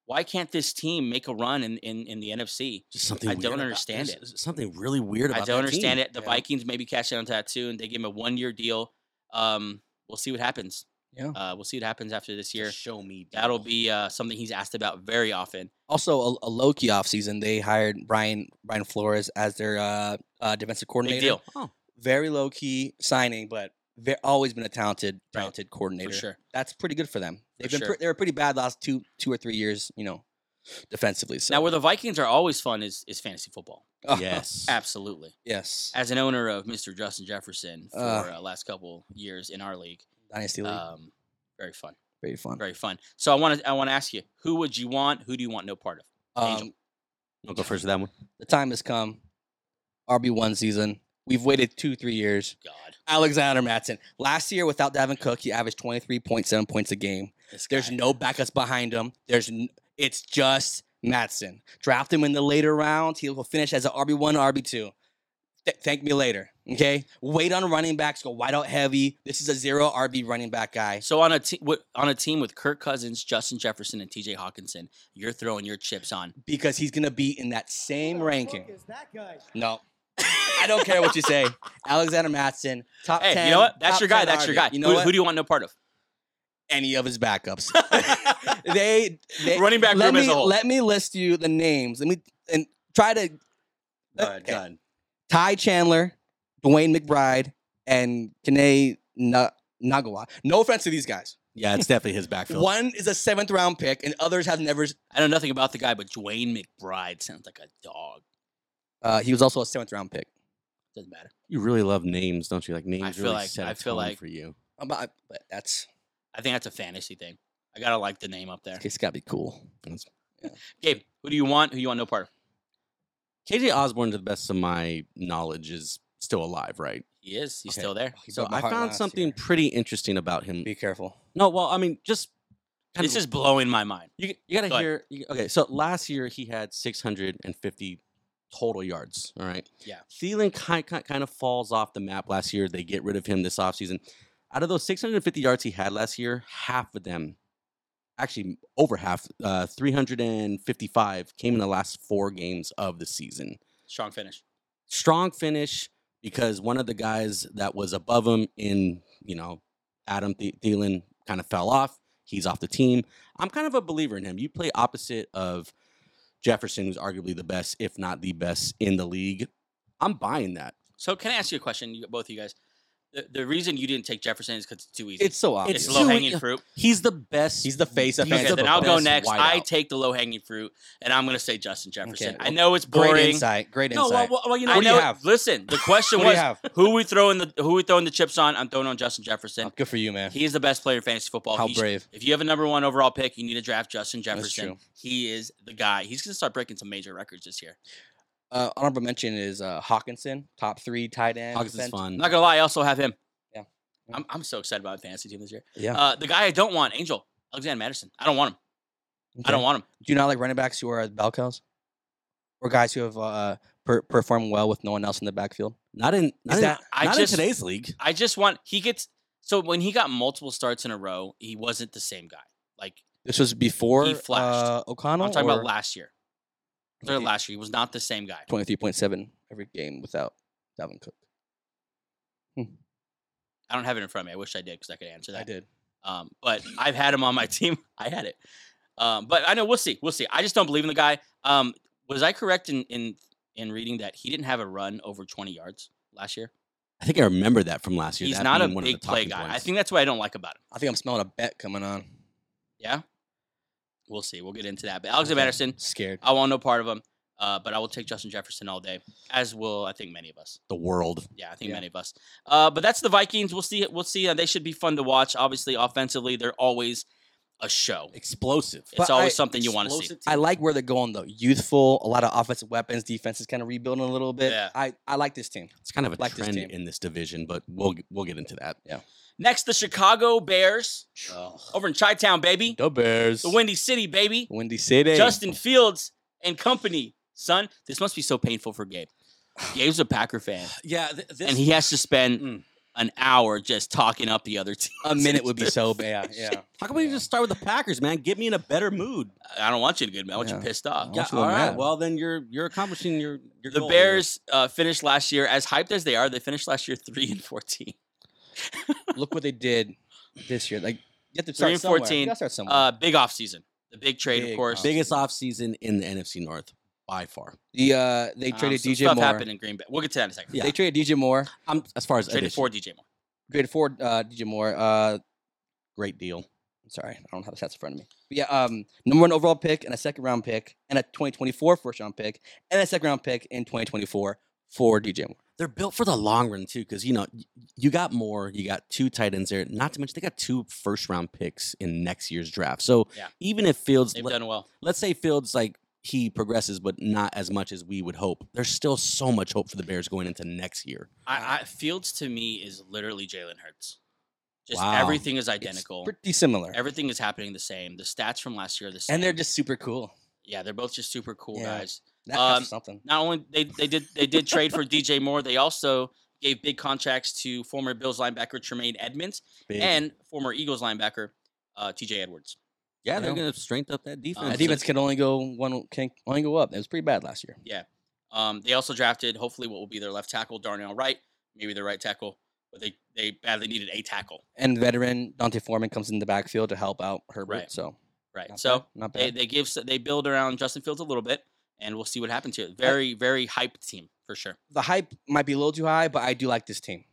[SPEAKER 2] Why can't this team make a run in in, in the NFC?
[SPEAKER 4] Just something
[SPEAKER 2] I
[SPEAKER 4] weird
[SPEAKER 2] don't
[SPEAKER 4] about-
[SPEAKER 2] understand
[SPEAKER 4] there's Something really weird.
[SPEAKER 2] I
[SPEAKER 4] About
[SPEAKER 2] don't understand it. The
[SPEAKER 3] Yeah.
[SPEAKER 2] Vikings maybe cashed in on that too, and they gave him a one year deal. Um, we'll see what happens.
[SPEAKER 3] Yeah.
[SPEAKER 2] uh, we'll see what happens after this year.
[SPEAKER 4] Show me.
[SPEAKER 2] That'll be uh, something he's asked about very often.
[SPEAKER 3] Also, a, a low key offseason, they hired Brian Brian Flores as their uh, uh, defensive coordinator.
[SPEAKER 2] Big deal
[SPEAKER 3] Very low key signing, but they always been a talented,
[SPEAKER 2] Right.
[SPEAKER 3] talented
[SPEAKER 2] for
[SPEAKER 3] coordinator.
[SPEAKER 2] sure.
[SPEAKER 3] That's pretty good for them. They've been
[SPEAKER 2] sure.
[SPEAKER 3] pre- they were pretty bad last two two or three years, you know, defensively. So
[SPEAKER 2] Now, where the Vikings are always fun is is fantasy football.
[SPEAKER 3] <laughs> Oh,
[SPEAKER 4] yes.
[SPEAKER 2] Absolutely.
[SPEAKER 3] yes,
[SPEAKER 2] as an owner of Mr. Justin Jefferson for
[SPEAKER 3] Uh.
[SPEAKER 2] uh, last couple years in our league.
[SPEAKER 3] dynasty league,
[SPEAKER 2] Um, very fun,
[SPEAKER 3] very fun.
[SPEAKER 2] very fun. So I want to I want to ask you, who would you want? Who do you want no part of? Angel.
[SPEAKER 3] Um,
[SPEAKER 4] I'll go first with that one.
[SPEAKER 3] the time has come. RB one season. We've waited two three years.
[SPEAKER 2] God,
[SPEAKER 3] Alexander Matson. Last year, without Davin Cook, he averaged 23.7 points a game.
[SPEAKER 2] this
[SPEAKER 3] There's
[SPEAKER 2] guy.
[SPEAKER 3] no backups behind him. There's n- it's just Matson. Draft him in the later rounds. He will finish as an RB1, RB2. Th- thank me later. Okay. Wait on running backs. Go wide out heavy. This is a zero RB running back guy.
[SPEAKER 2] So on a te- wi- on a team with Kirk Cousins, Justin Jefferson, and T.J. Hawkinson, you're throwing your chips on.
[SPEAKER 3] because he's gonna be in that same ranking.
[SPEAKER 5] Is that guy?
[SPEAKER 3] No. I don't care what
[SPEAKER 5] <laughs>
[SPEAKER 3] you say. Alexander Matson, top
[SPEAKER 2] Hey,
[SPEAKER 3] 10.
[SPEAKER 2] you know what? That's
[SPEAKER 3] top
[SPEAKER 2] your guy.
[SPEAKER 3] 10
[SPEAKER 2] That's your
[SPEAKER 3] RB.
[SPEAKER 2] guy.
[SPEAKER 3] You know
[SPEAKER 2] who,
[SPEAKER 3] what?
[SPEAKER 2] who do you want no part of?
[SPEAKER 3] Any of his backups.
[SPEAKER 2] <laughs>
[SPEAKER 3] they, <laughs> they
[SPEAKER 2] Running back
[SPEAKER 3] let
[SPEAKER 2] room
[SPEAKER 3] me,
[SPEAKER 2] as a whole.
[SPEAKER 3] Let me list you the names. Let me and try to uh, Okay. Ty Chandler, Dwayne McBride, and Kane Na- Nagawa. No offense to these guys.
[SPEAKER 4] Yeah, it's definitely his backfield.
[SPEAKER 3] One is a seventh round pick, and others have never.
[SPEAKER 2] I know nothing about the guy, but Dwayne McBride sounds like a dog.
[SPEAKER 3] Uh, he was also a seventh round pick.
[SPEAKER 2] Doesn't matter.
[SPEAKER 4] You really love names, don't you? Like names
[SPEAKER 2] feel
[SPEAKER 4] really
[SPEAKER 2] like-
[SPEAKER 4] set a
[SPEAKER 2] I feel
[SPEAKER 4] tone
[SPEAKER 2] like-
[SPEAKER 4] for you.
[SPEAKER 3] Um, but but that's
[SPEAKER 2] I think that's a fantasy thing. I gotta like the name up there.
[SPEAKER 3] it's gotta be cool.
[SPEAKER 2] Gabe, who do you want? Who you want no part of?
[SPEAKER 4] KJ Osborne, to the best of my knowledge, is still alive, right?
[SPEAKER 2] He is. He's
[SPEAKER 3] Okay.
[SPEAKER 2] still there.
[SPEAKER 3] He
[SPEAKER 4] So
[SPEAKER 3] broke my
[SPEAKER 4] I
[SPEAKER 3] heart
[SPEAKER 4] found
[SPEAKER 3] last
[SPEAKER 4] something
[SPEAKER 3] year.
[SPEAKER 4] pretty interesting about him.
[SPEAKER 3] Be careful.
[SPEAKER 4] No, well, I mean, just kind
[SPEAKER 2] This
[SPEAKER 4] of-
[SPEAKER 2] is blowing my mind.
[SPEAKER 4] you, you gotta
[SPEAKER 2] Go ahead.
[SPEAKER 4] hear. You, okay, so last year he had 650 total yards. All right.
[SPEAKER 2] Yeah.
[SPEAKER 4] Thielen kind, kind, kind of falls off the map last year. They get rid of him this offseason. Out of those 650 yards he had last year, half of them actually over half, uh, 355 came in the last four games of the season.
[SPEAKER 2] Strong finish.
[SPEAKER 4] Strong finish because one of the guys that was above him in, you know, Adam Th- Thielen kind of fell off. He's off the team. I'm kind of a believer in him. You play opposite of Jefferson, who's arguably the best, if not the best, in the league. I'm buying that.
[SPEAKER 2] So can I ask you a question, you, both of you guys? The, the reason you didn't take Jefferson is because it's too easy.
[SPEAKER 3] It's so obvious.
[SPEAKER 2] It's
[SPEAKER 4] too
[SPEAKER 2] low hanging
[SPEAKER 4] e-
[SPEAKER 2] fruit.
[SPEAKER 4] He's the best.
[SPEAKER 3] He's the face of
[SPEAKER 4] he's
[SPEAKER 2] Okay,
[SPEAKER 3] fantasy
[SPEAKER 4] the
[SPEAKER 2] then I'll go
[SPEAKER 4] best
[SPEAKER 2] next.
[SPEAKER 4] wideout.
[SPEAKER 2] I take the low hanging fruit, and I'm going to say Justin Jefferson. I
[SPEAKER 3] well,
[SPEAKER 2] know it's
[SPEAKER 3] Great
[SPEAKER 2] boring.
[SPEAKER 3] insight. Great
[SPEAKER 4] no,
[SPEAKER 3] insight.
[SPEAKER 4] well, well, well, you know,
[SPEAKER 2] I
[SPEAKER 3] What do you
[SPEAKER 2] know-
[SPEAKER 3] have?
[SPEAKER 2] Listen, the question
[SPEAKER 3] what do you
[SPEAKER 2] was
[SPEAKER 3] have?
[SPEAKER 2] who we throwing the who we throwing the chips on. I'm throwing on Justin Jefferson.
[SPEAKER 3] Good for you, man.
[SPEAKER 2] He is the best player in fantasy football.
[SPEAKER 3] How
[SPEAKER 2] He's-
[SPEAKER 3] brave.
[SPEAKER 2] If you have a number one overall pick, you need to draft Justin Jefferson.
[SPEAKER 3] true.
[SPEAKER 2] He is the guy. He's going to start breaking some major records this year.
[SPEAKER 3] Uh, honorable mention is uh, Hawkinson, top three tight end.
[SPEAKER 4] Hawkins is
[SPEAKER 3] defense-
[SPEAKER 4] fun.
[SPEAKER 2] I'm not going to lie, I also have him.
[SPEAKER 3] Yeah.
[SPEAKER 2] I'm, I'm so excited about the fantasy team this year.
[SPEAKER 3] Yeah.
[SPEAKER 2] Uh, the guy I don't want, Angel Alexander Madison. I don't want him. I don't
[SPEAKER 3] Okay.
[SPEAKER 2] want him.
[SPEAKER 3] Do you not like running backs who are uh, bell cows, or guys who have uh, per- performed well with no one else in the backfield?
[SPEAKER 4] Not in not,
[SPEAKER 3] Is
[SPEAKER 4] in,
[SPEAKER 3] that-
[SPEAKER 2] I
[SPEAKER 4] not
[SPEAKER 2] just-
[SPEAKER 4] in today's league.
[SPEAKER 2] I just want he gets so when he got multiple starts in a row, he wasn't the same guy. Like
[SPEAKER 3] This was before
[SPEAKER 2] He flashed.
[SPEAKER 3] uh, O'Connell.
[SPEAKER 2] I'm talking
[SPEAKER 3] or-
[SPEAKER 2] about last year. I'm talking about last year, he was not the same guy.
[SPEAKER 3] 23.7 every game without Dalvin Cook.
[SPEAKER 2] I don't have it in front of me. I wish I did because I could answer that.
[SPEAKER 3] did.
[SPEAKER 2] Um, but I've had him on my <laughs> team. I had it. Um, but I know we'll see. We'll see. I just don't believe in the guy. Um, was I correct in in in reading that he didn't have a run over 20 yards last year?
[SPEAKER 4] I think I remember that from last year.
[SPEAKER 2] He's
[SPEAKER 4] that
[SPEAKER 2] not a
[SPEAKER 4] being one of the
[SPEAKER 2] big play
[SPEAKER 4] talking
[SPEAKER 2] guy. I
[SPEAKER 4] points.
[SPEAKER 2] think that's what I don't like about him.
[SPEAKER 3] I think I'm smelling a bet coming on.
[SPEAKER 2] Yeah. We'll see. We'll get into that. But Alexander
[SPEAKER 3] Okay.
[SPEAKER 2] Madison,
[SPEAKER 3] Scared.
[SPEAKER 2] I want no part of him. Uh, but I will take Justin Jefferson all day, as will I think many of us.
[SPEAKER 4] the world.
[SPEAKER 2] Yeah, I think
[SPEAKER 3] Yeah.
[SPEAKER 2] many of us. Uh, but that's the Vikings. We'll see. We'll see. Uh, they should be fun to watch. Obviously, offensively, they're always a show.
[SPEAKER 4] Explosive.
[SPEAKER 2] It's
[SPEAKER 3] But
[SPEAKER 2] always
[SPEAKER 3] I-
[SPEAKER 2] something you want to see.
[SPEAKER 4] Explosive
[SPEAKER 3] I
[SPEAKER 4] team.
[SPEAKER 3] like where they're going though. Youthful, a lot of offensive weapons, defense is kind of rebuilding a little bit.
[SPEAKER 2] Yeah.
[SPEAKER 3] I, I like this team.
[SPEAKER 4] it's kind of a
[SPEAKER 3] like this
[SPEAKER 4] trend
[SPEAKER 3] team.
[SPEAKER 4] in this division, but we'll we'll get into that.
[SPEAKER 2] Next, the Chicago Bears over in Chi Town, baby.
[SPEAKER 3] The Bears.
[SPEAKER 2] The Windy City, baby.
[SPEAKER 3] Windy City.
[SPEAKER 2] Justin Fields and company, son. This must be so painful for Gabe. Gabe's a Packer fan,
[SPEAKER 4] Yeah, th- this
[SPEAKER 2] and he has to spend
[SPEAKER 4] Mm.
[SPEAKER 2] an hour just talking up the other <laughs> team.
[SPEAKER 3] a minute would be so bad. Yeah.
[SPEAKER 4] How come we
[SPEAKER 3] Yeah.
[SPEAKER 4] just start with the Packers, man? Get me in a better mood.
[SPEAKER 2] I don't want you to get mad. I want you
[SPEAKER 3] Yeah.
[SPEAKER 2] pissed off.
[SPEAKER 3] I want you to
[SPEAKER 4] all right.
[SPEAKER 3] mad.
[SPEAKER 4] Well, then you're you're accomplishing your your
[SPEAKER 2] The
[SPEAKER 4] goal here.
[SPEAKER 2] Bears uh, finished last year as hyped as they are. They finished last year three and fourteen.
[SPEAKER 3] Look what they did this year. Like you have to
[SPEAKER 2] Three
[SPEAKER 3] start
[SPEAKER 2] and
[SPEAKER 3] somewhere.
[SPEAKER 2] 14,
[SPEAKER 3] You gotta start somewhere.
[SPEAKER 2] Uh, big offseason. The big trade, of
[SPEAKER 3] Big
[SPEAKER 2] course.
[SPEAKER 4] biggest offseason in the NFC North by far.
[SPEAKER 3] the uh they
[SPEAKER 2] Um,
[SPEAKER 3] traded
[SPEAKER 2] some
[SPEAKER 3] DJ
[SPEAKER 2] stuff
[SPEAKER 3] Moore.
[SPEAKER 2] happened in Green Bay. We'll get to that in a second.
[SPEAKER 4] Yeah.
[SPEAKER 3] They traded DJ Moore.
[SPEAKER 4] I'm as far as
[SPEAKER 2] Traded
[SPEAKER 4] addition,
[SPEAKER 2] for DJ Moore.
[SPEAKER 3] Graded four uh DJ Moore. Uh
[SPEAKER 4] great deal.
[SPEAKER 3] sorry, I don't have the stats in front of me. But yeah, um, number one overall pick and a second round pick and a 2024 first round pick and a second round pick in 2024 for DJ Moore.
[SPEAKER 4] They're built for the long run too, because you know y- you got more, you got two tight ends there. Not to mention they got two first round picks in next year's draft. So
[SPEAKER 2] Yeah.
[SPEAKER 4] even if Fields,
[SPEAKER 2] They've
[SPEAKER 4] let-
[SPEAKER 2] done well.
[SPEAKER 4] let's say Fields like he progresses, but not as much as we would hope. There's still so much hope for the Bears going into next year.
[SPEAKER 2] I, I, Fields to me is literally Jalen Hurts. Just
[SPEAKER 4] Wow.
[SPEAKER 2] everything is
[SPEAKER 3] It's
[SPEAKER 2] identical.
[SPEAKER 3] pretty similar,
[SPEAKER 2] Everything is happening the same. The stats from last year are the same.
[SPEAKER 3] and they're just super cool.
[SPEAKER 2] yeah, they're both just super cool
[SPEAKER 3] Yeah.
[SPEAKER 2] guys.
[SPEAKER 3] That counts for
[SPEAKER 2] Um,
[SPEAKER 3] something.
[SPEAKER 2] Not only they they did they did trade for DJ Moore, they also gave big contracts to former Bills linebacker Tremaine Edmonds
[SPEAKER 4] Big.
[SPEAKER 2] and former Eagles linebacker uh, TJ Edwards.
[SPEAKER 4] yeah,
[SPEAKER 3] you
[SPEAKER 4] they're
[SPEAKER 3] know,
[SPEAKER 4] going to strengthen
[SPEAKER 2] Uh,
[SPEAKER 4] up that defense.
[SPEAKER 3] That defense can only go one, can only go up. It was pretty bad last year.
[SPEAKER 2] Um, they also drafted hopefully what will be their left tackle Darnell Wright, maybe their right tackle, but they they badly needed a tackle.
[SPEAKER 3] And veteran Dante Foreman comes in the backfield to help out Herbert.
[SPEAKER 2] Right.
[SPEAKER 3] So
[SPEAKER 2] Right.
[SPEAKER 3] not
[SPEAKER 2] so
[SPEAKER 3] bad, not
[SPEAKER 2] they,
[SPEAKER 3] bad.
[SPEAKER 2] they give s- they build around Justin Fields a little bit, and we'll see what happens here. Very very hyped team for sure.
[SPEAKER 3] the hype might be a little too high, but I do like this team.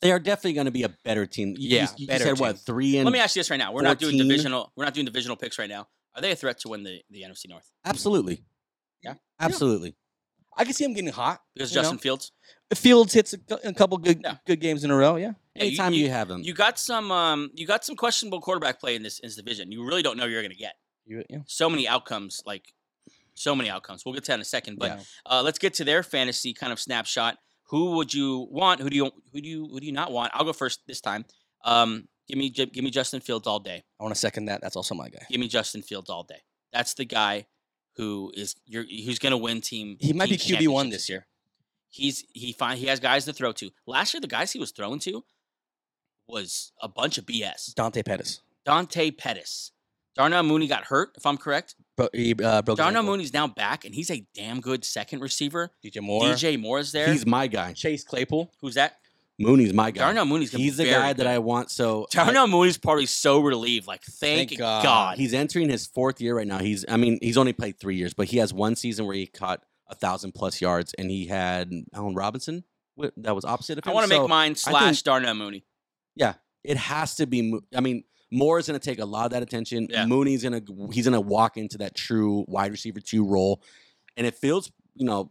[SPEAKER 4] They are definitely going to be a better team. You- you,
[SPEAKER 3] Yeah,
[SPEAKER 4] you
[SPEAKER 3] better
[SPEAKER 4] said what
[SPEAKER 3] team.
[SPEAKER 4] three and
[SPEAKER 2] Let me ask you this right now: We're not doing
[SPEAKER 4] 14.
[SPEAKER 2] divisional. We're not doing divisional picks right now. Are they a threat to win the, the NFC North?
[SPEAKER 4] absolutely,
[SPEAKER 2] Yeah.
[SPEAKER 4] absolutely.
[SPEAKER 3] I can see him getting hot.
[SPEAKER 2] Because
[SPEAKER 3] You know?
[SPEAKER 2] Justin Fields,
[SPEAKER 3] If Fields hits a, cou- a couple good
[SPEAKER 2] Yeah.
[SPEAKER 3] good games in a row, yeah.
[SPEAKER 2] Yeah, you-
[SPEAKER 4] Anytime you,
[SPEAKER 2] you-
[SPEAKER 4] have them,
[SPEAKER 2] you got some um you got some questionable quarterback play in this, in this division. You really don't know you're going to get
[SPEAKER 3] You, yeah.
[SPEAKER 2] so many outcomes like. So many outcomes. We'll get to that in a second, but
[SPEAKER 3] Yeah.
[SPEAKER 2] uh, let's get to their fantasy kind of snapshot. Who would you want? Who do you who do you who do you not want? I'll go first this time. Um, give me Ju- give me Justin Fields all day.
[SPEAKER 3] I want to second that. That's also my guy.
[SPEAKER 2] give me Justin Fields all day. That's the guy who is you're, who's going to win team.
[SPEAKER 3] He might be
[SPEAKER 2] team
[SPEAKER 3] QB one
[SPEAKER 2] championships.
[SPEAKER 3] this year.
[SPEAKER 2] He's he find he has guys to throw to. Last year, the guys he was throwing to was a bunch of BS.
[SPEAKER 3] Dante Pettis.
[SPEAKER 2] Dante Pettis, Darnell Mooney got hurt, if I'm correct.
[SPEAKER 3] Bro, he, uh, broke his
[SPEAKER 2] Darnell
[SPEAKER 3] ankle.
[SPEAKER 2] Mooney's now back, and he's a damn good second receiver.
[SPEAKER 3] DJ Moore,
[SPEAKER 2] DJ Moore is there.
[SPEAKER 4] He's my guy.
[SPEAKER 3] Chase Claypool.
[SPEAKER 2] Who's that?
[SPEAKER 4] Mooney's my guy.
[SPEAKER 2] Darnell Mooney's gonna be
[SPEAKER 4] He's the
[SPEAKER 2] very
[SPEAKER 4] guy that
[SPEAKER 2] good.
[SPEAKER 4] I want. So I-
[SPEAKER 2] Darnell Mooney's probably so relieved. Like, thank,
[SPEAKER 3] Thank
[SPEAKER 2] God.
[SPEAKER 3] God.
[SPEAKER 4] he's entering his fourth year right now. He's I mean he's only played three years, but he has one season where he caught a thousand plus yards, and he had Allen Robinson wi- that was opposite of him.
[SPEAKER 2] I want to
[SPEAKER 4] So
[SPEAKER 2] make mine slash Darnell Mooney.
[SPEAKER 4] It has to be. Mo- I mean, Moore is going to take a lot of that attention.
[SPEAKER 2] Yeah.
[SPEAKER 4] Mooney's going to he's going to walk into that true wide receiver two role, and it feels you know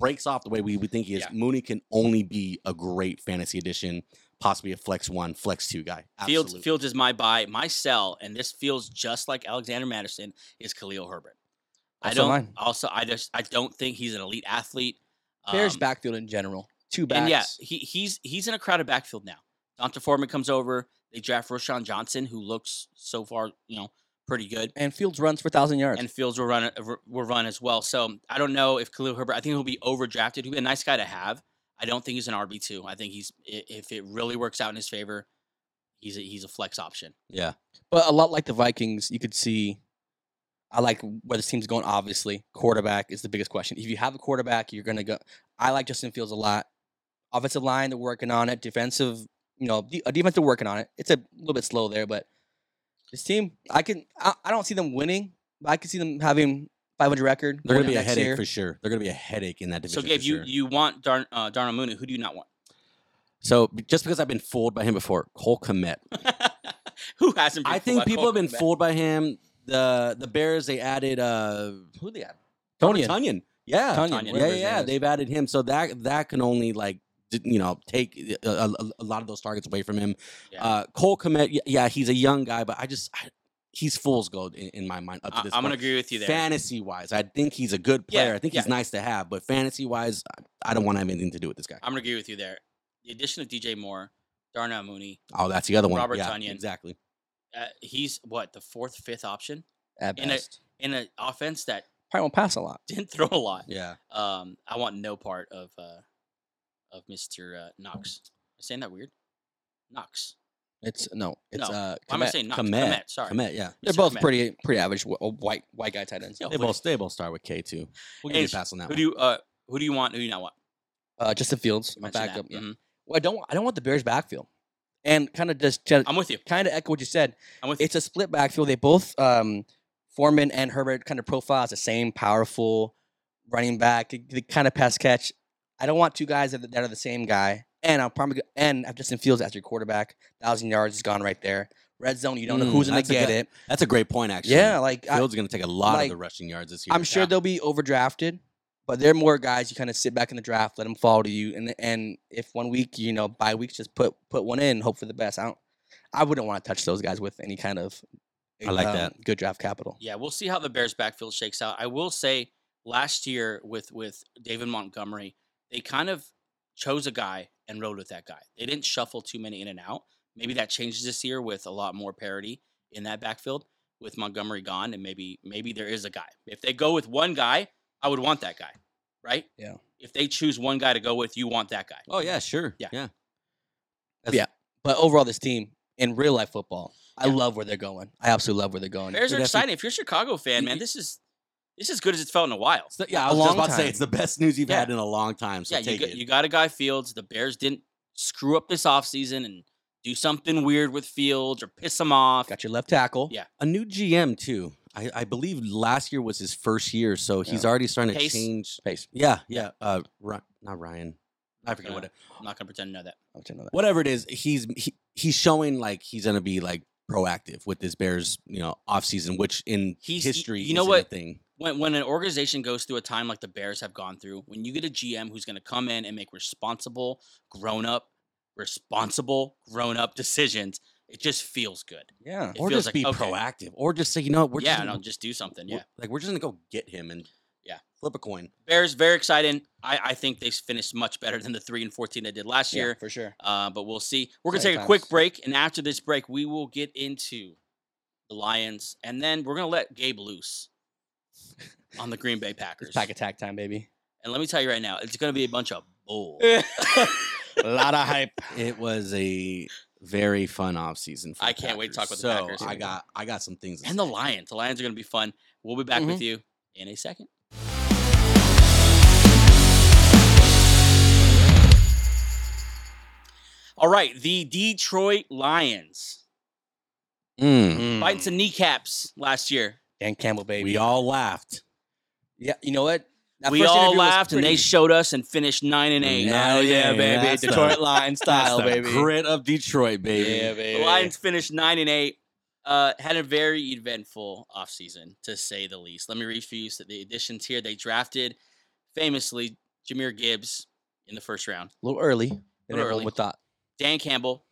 [SPEAKER 4] breaks off the way we would think he is.
[SPEAKER 2] Yeah.
[SPEAKER 4] Mooney can only be a great fantasy addition, possibly a flex one, flex two guy. Absolutely.
[SPEAKER 2] Fields, Fields is my buy, my sell, and this feels just like Alexander Madison is Khalil Herbert. I
[SPEAKER 3] Also
[SPEAKER 2] don't
[SPEAKER 3] mine.
[SPEAKER 2] also I just I don't think he's an elite athlete.
[SPEAKER 3] Bears
[SPEAKER 2] Um,
[SPEAKER 3] backfield in general. Two backs.
[SPEAKER 2] And yeah, he, he's he's in a crowded backfield now. Dante Foreman comes over. They draft Roshan Johnson, who looks so far, you know, pretty good.
[SPEAKER 3] and Fields runs for thousand yards.
[SPEAKER 2] And Fields will run will run as well. So I don't know if Khalil Herbert. I think he'll be overdrafted. He'll be a nice guy to have. I don't think he's an RB two. I think he's i- if it really works out in his favor, he's a, he's a flex option.
[SPEAKER 4] yeah.
[SPEAKER 3] but a lot like the Vikings, you could see. I like where this team's going. Obviously, quarterback is the biggest question. If you have a quarterback, you're gonna go. I like Justin Fields a lot. Offensive line, they're working on it. Defensive, you know, de- uh, defense, they're working on it. It's a little bit slow there, but this team, I can. I, I don't see them winning, but I can see them having 500 record.
[SPEAKER 4] They're going
[SPEAKER 3] going
[SPEAKER 4] to be a
[SPEAKER 3] next
[SPEAKER 4] headache
[SPEAKER 3] year.
[SPEAKER 4] for sure. They're going to be a headache in that division.
[SPEAKER 2] so Gabe,
[SPEAKER 4] for
[SPEAKER 2] you
[SPEAKER 4] sure.
[SPEAKER 2] you want Darn uh, Darnell Mooney? Who do you not want? <laughs>
[SPEAKER 4] So b- just because I've been fooled by him before, Cole Komet.
[SPEAKER 2] who hasn't? Been fooled by
[SPEAKER 4] I think people
[SPEAKER 2] Cole
[SPEAKER 4] have been
[SPEAKER 2] Komet?
[SPEAKER 4] fooled by him. The the Bears they added uh
[SPEAKER 3] Who they got?
[SPEAKER 4] Tony
[SPEAKER 3] Tony.
[SPEAKER 4] Oh, Tunyon. Yeah.
[SPEAKER 3] Tunyon,
[SPEAKER 2] Tunyon,
[SPEAKER 4] yeah,
[SPEAKER 3] whatever
[SPEAKER 4] yeah,
[SPEAKER 3] his
[SPEAKER 4] yeah.
[SPEAKER 3] name is.
[SPEAKER 4] They've added him. So that that can only like d- you know take a, a- a lot of those targets away from him.
[SPEAKER 2] Yeah.
[SPEAKER 4] Uh Cole Komet, y- yeah, he's a young guy, but I just I, he's fool's gold in, in my mind up to
[SPEAKER 2] I,
[SPEAKER 4] this
[SPEAKER 2] I'm gonna
[SPEAKER 4] point.
[SPEAKER 2] agree with you there.
[SPEAKER 4] Fantasy wise, I think he's a good
[SPEAKER 2] Yeah,
[SPEAKER 4] player. I think
[SPEAKER 2] yeah.
[SPEAKER 4] he's nice to have, but fantasy wise, I, I don't want to have anything to do with this guy.
[SPEAKER 2] I'm gonna agree with you there. The addition of DJ Moore, Darnell Mooney,
[SPEAKER 4] Oh, that's the other one.
[SPEAKER 2] Robert
[SPEAKER 4] yeah,
[SPEAKER 2] Tunyon.
[SPEAKER 4] Exactly.
[SPEAKER 2] uh, he's what the fourth, fifth option
[SPEAKER 3] At
[SPEAKER 2] in a-
[SPEAKER 3] best.
[SPEAKER 2] in an offense that <laughs>
[SPEAKER 3] Probably won't pass a lot.
[SPEAKER 2] didn't throw a lot.
[SPEAKER 4] Yeah.
[SPEAKER 2] Um, I want no part of uh, of Mister uh, Knox. Am I saying that weird? Knox.
[SPEAKER 3] It's no. It's
[SPEAKER 2] No.
[SPEAKER 3] uh.
[SPEAKER 2] Why am I
[SPEAKER 3] Komet.
[SPEAKER 2] saying Knox?
[SPEAKER 4] Komet.
[SPEAKER 2] Komet, sorry.
[SPEAKER 4] Komet, yeah.
[SPEAKER 3] They're
[SPEAKER 2] Mr.
[SPEAKER 3] both
[SPEAKER 2] Komet.
[SPEAKER 3] pretty pretty average wh- uh, white white guy tight ends.
[SPEAKER 2] Yeah,
[SPEAKER 4] They
[SPEAKER 2] what-
[SPEAKER 4] both they both start with K too. We'll give you
[SPEAKER 2] Hey,
[SPEAKER 4] a pass on that
[SPEAKER 2] Who
[SPEAKER 4] one.
[SPEAKER 2] do you uh, who do you want? Who do you not want?
[SPEAKER 3] Uh, Justin Fields,
[SPEAKER 2] You
[SPEAKER 3] my
[SPEAKER 2] mentioned that.
[SPEAKER 3] backup. yeah.
[SPEAKER 2] Mhm.
[SPEAKER 3] Well, I don't want, I don't want the Bears backfield, and kind of just kind
[SPEAKER 2] I'm with you.
[SPEAKER 3] of echo what you said.
[SPEAKER 2] I'm with you.
[SPEAKER 3] It's a split backfield. They both um, Foreman and Herbert kind of profile as the same powerful running back. They, kind of pass catch. I don't want two guys that, that are the same guy, and I'm probably go- and I have Justin Fields as your quarterback. Thousand yards is gone right there. Red zone, you don't know
[SPEAKER 4] Mm,
[SPEAKER 3] who's gonna
[SPEAKER 4] that's a
[SPEAKER 3] get
[SPEAKER 4] good-
[SPEAKER 3] it.
[SPEAKER 4] That's a great point, actually.
[SPEAKER 3] Yeah, like I,
[SPEAKER 4] Fields is going to take a lot of the
[SPEAKER 3] like,
[SPEAKER 4] rushing yards this year.
[SPEAKER 3] I'm sure
[SPEAKER 2] Yeah.
[SPEAKER 3] they'll be overdrafted, but they're more guys you kind of sit back in the draft, let them fall to you, and and if one week you know by weeks just put put one in, hope for the best. I don't, I wouldn't want to touch those guys with any kind of um,
[SPEAKER 4] I like that.
[SPEAKER 3] good draft capital.
[SPEAKER 2] Yeah, we'll see how the Bears backfield shakes out. I will say last year with with David Montgomery, they kind of chose a guy and rode with that guy. They didn't shuffle too many in and out. Maybe that changes this year with a lot more parity in that backfield with Montgomery gone and maybe maybe there is a guy. If they go with one guy, I would want that guy, right?
[SPEAKER 3] Yeah.
[SPEAKER 2] If they choose one guy to go with, you want that guy.
[SPEAKER 4] Oh yeah, sure.
[SPEAKER 2] Yeah.
[SPEAKER 4] yeah.
[SPEAKER 3] But overall, this team in real life football, I love where they're going. I absolutely love where they're going.
[SPEAKER 2] Bears are
[SPEAKER 4] It definitely-
[SPEAKER 2] exciting. If you're a Chicago fan, man, this is this is good as it's felt in a while.
[SPEAKER 4] So, yeah,
[SPEAKER 3] A
[SPEAKER 4] I was just
[SPEAKER 3] long
[SPEAKER 4] about to say
[SPEAKER 3] time.
[SPEAKER 4] it's the best news you've
[SPEAKER 2] Yeah.
[SPEAKER 4] had in a long time. So
[SPEAKER 2] yeah, you
[SPEAKER 4] take
[SPEAKER 2] got,
[SPEAKER 4] it.
[SPEAKER 2] you got a guy Fields. The Bears didn't screw up this offseason and do something weird with Fields or piss him off.
[SPEAKER 3] Got your left tackle.
[SPEAKER 2] Yeah.
[SPEAKER 4] a new GM too. I, I believe last year was his first year, so he's already starting to
[SPEAKER 2] Pace?
[SPEAKER 4] change.
[SPEAKER 3] Pace.
[SPEAKER 4] Yeah, yeah. Uh, Ry- not Ryan. I forget
[SPEAKER 2] Uh,
[SPEAKER 4] what it,
[SPEAKER 2] I'm not gonna pretend to know that.
[SPEAKER 3] I didn't know that.
[SPEAKER 4] whatever it is. He's he, he's showing like he's gonna be like proactive with this Bears, you know, offseason, which in
[SPEAKER 2] He's- y-
[SPEAKER 4] history,
[SPEAKER 2] you know
[SPEAKER 4] isn't a
[SPEAKER 2] what?
[SPEAKER 4] thing.
[SPEAKER 2] When when an organization goes through a time like the Bears have gone through, when you get a GM who's gonna come in and make responsible, grown up, responsible, grown up decisions, it just feels good.
[SPEAKER 3] Yeah.
[SPEAKER 2] It
[SPEAKER 4] or
[SPEAKER 2] feels
[SPEAKER 4] just
[SPEAKER 2] like,
[SPEAKER 4] be
[SPEAKER 2] okay.
[SPEAKER 4] proactive, or just say, you know, what, we're
[SPEAKER 2] yeah,
[SPEAKER 4] just
[SPEAKER 2] and I'll
[SPEAKER 4] gonna,
[SPEAKER 2] just do something.
[SPEAKER 4] we're-
[SPEAKER 2] Yeah.
[SPEAKER 4] like we're just gonna go get him and
[SPEAKER 2] Yeah.
[SPEAKER 4] flip a coin.
[SPEAKER 2] Bears very exciting. I, I think they s- finished much better than the three and fourteen they did last
[SPEAKER 3] Yeah,
[SPEAKER 2] year.
[SPEAKER 3] for sure.
[SPEAKER 2] Uh, but we'll see. We're going to
[SPEAKER 3] Exciting
[SPEAKER 2] take a quick
[SPEAKER 3] times.
[SPEAKER 2] break. And after this break, we will get into the Lions. And then we're going to let Gabe loose on the
[SPEAKER 3] <laughs>
[SPEAKER 2] Green Bay Packers.
[SPEAKER 3] It's pack attack
[SPEAKER 2] <laughs>
[SPEAKER 3] time, baby.
[SPEAKER 2] And let me tell you right <laughs>
[SPEAKER 3] <laughs>
[SPEAKER 2] now, it's going to be a bunch of bull.
[SPEAKER 3] a lot of hype.
[SPEAKER 4] It was a very fun offseason. for
[SPEAKER 2] I
[SPEAKER 4] the
[SPEAKER 2] can't wait to talk
[SPEAKER 4] Packers.
[SPEAKER 2] about the
[SPEAKER 4] So
[SPEAKER 2] Packers.
[SPEAKER 4] I got I got some things. to
[SPEAKER 2] and
[SPEAKER 4] say.
[SPEAKER 2] the Lions. The Lions are going to be fun. We'll be back
[SPEAKER 3] Mm-hmm.
[SPEAKER 2] with you in a second. All right, the Detroit Lions
[SPEAKER 4] Mm.
[SPEAKER 2] biting some kneecaps last year.
[SPEAKER 3] Dan Campbell, baby.
[SPEAKER 4] we all laughed.
[SPEAKER 3] yeah, you know what? That
[SPEAKER 2] we
[SPEAKER 3] first
[SPEAKER 2] all
[SPEAKER 3] interview was
[SPEAKER 2] laughed, and they
[SPEAKER 3] pretty-
[SPEAKER 2] showed us and finished nine and eight.
[SPEAKER 4] Nine
[SPEAKER 3] Hell yeah,
[SPEAKER 4] Yeah,
[SPEAKER 3] baby.
[SPEAKER 4] that's the-
[SPEAKER 3] Detroit Lions style,
[SPEAKER 4] That's the
[SPEAKER 3] baby.
[SPEAKER 4] Grit of Detroit, baby.
[SPEAKER 3] Yeah,
[SPEAKER 2] The
[SPEAKER 3] baby.
[SPEAKER 2] Lions finished nine and eight. Uh, had a very eventful offseason, to say the least. Let me read for you so the additions here. They drafted famously Jameer Gibbs in the first round,
[SPEAKER 3] A little early. Than
[SPEAKER 2] Little early.
[SPEAKER 3] everyone would thought.
[SPEAKER 2] Dan Campbell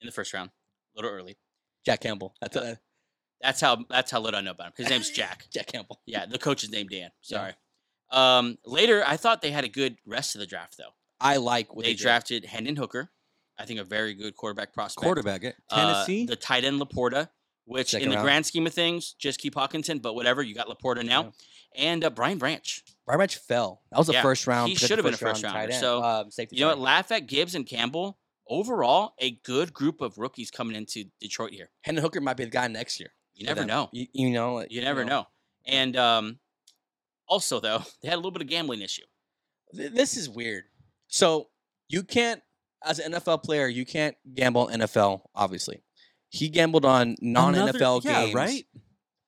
[SPEAKER 2] in the first round, a little early.
[SPEAKER 3] Jack Campbell. That's uh,
[SPEAKER 2] That's how that's how little I know about him. His name's Jack.
[SPEAKER 3] Jack Campbell.
[SPEAKER 2] Yeah, the coach is named Dan.
[SPEAKER 3] Yeah.
[SPEAKER 2] Sorry. Um, later, I thought they had a good rest of the draft though.
[SPEAKER 3] I like what
[SPEAKER 2] they
[SPEAKER 3] did.
[SPEAKER 2] drafted Hendon Hooker, I think a very good quarterback prospect.
[SPEAKER 4] Quarterback at
[SPEAKER 2] uh,
[SPEAKER 4] Tennessee.
[SPEAKER 2] the tight end Laporta, which
[SPEAKER 3] Second
[SPEAKER 2] in the
[SPEAKER 3] round.
[SPEAKER 2] grand scheme of things, just keep Hawkinson, but whatever, you got Laporta now. And uh, Brian Branch.
[SPEAKER 3] Brian Branch fell. That was the
[SPEAKER 2] Yeah,
[SPEAKER 3] first round.
[SPEAKER 2] he
[SPEAKER 3] protected
[SPEAKER 2] should have been a first
[SPEAKER 3] round tight
[SPEAKER 2] rounder,
[SPEAKER 3] end.
[SPEAKER 2] so,
[SPEAKER 3] um, safety
[SPEAKER 2] You know what?
[SPEAKER 3] sorry.
[SPEAKER 2] Laugh at Gibbs and Campbell. Overall, a good group of rookies coming into Detroit here.
[SPEAKER 3] Hendon Hooker might be the guy next year.
[SPEAKER 2] You
[SPEAKER 3] for
[SPEAKER 2] never
[SPEAKER 3] them.
[SPEAKER 2] know.
[SPEAKER 3] You, you know. like,
[SPEAKER 2] You never know. And um, also, though, <laughs> they had a little bit of gambling issue.
[SPEAKER 3] Th- This is weird. So you can't, as an NFL player, you can't gamble on NFL. Obviously, he gambled on
[SPEAKER 4] Another-
[SPEAKER 3] non-NFL
[SPEAKER 4] yeah,
[SPEAKER 3] games.
[SPEAKER 4] right?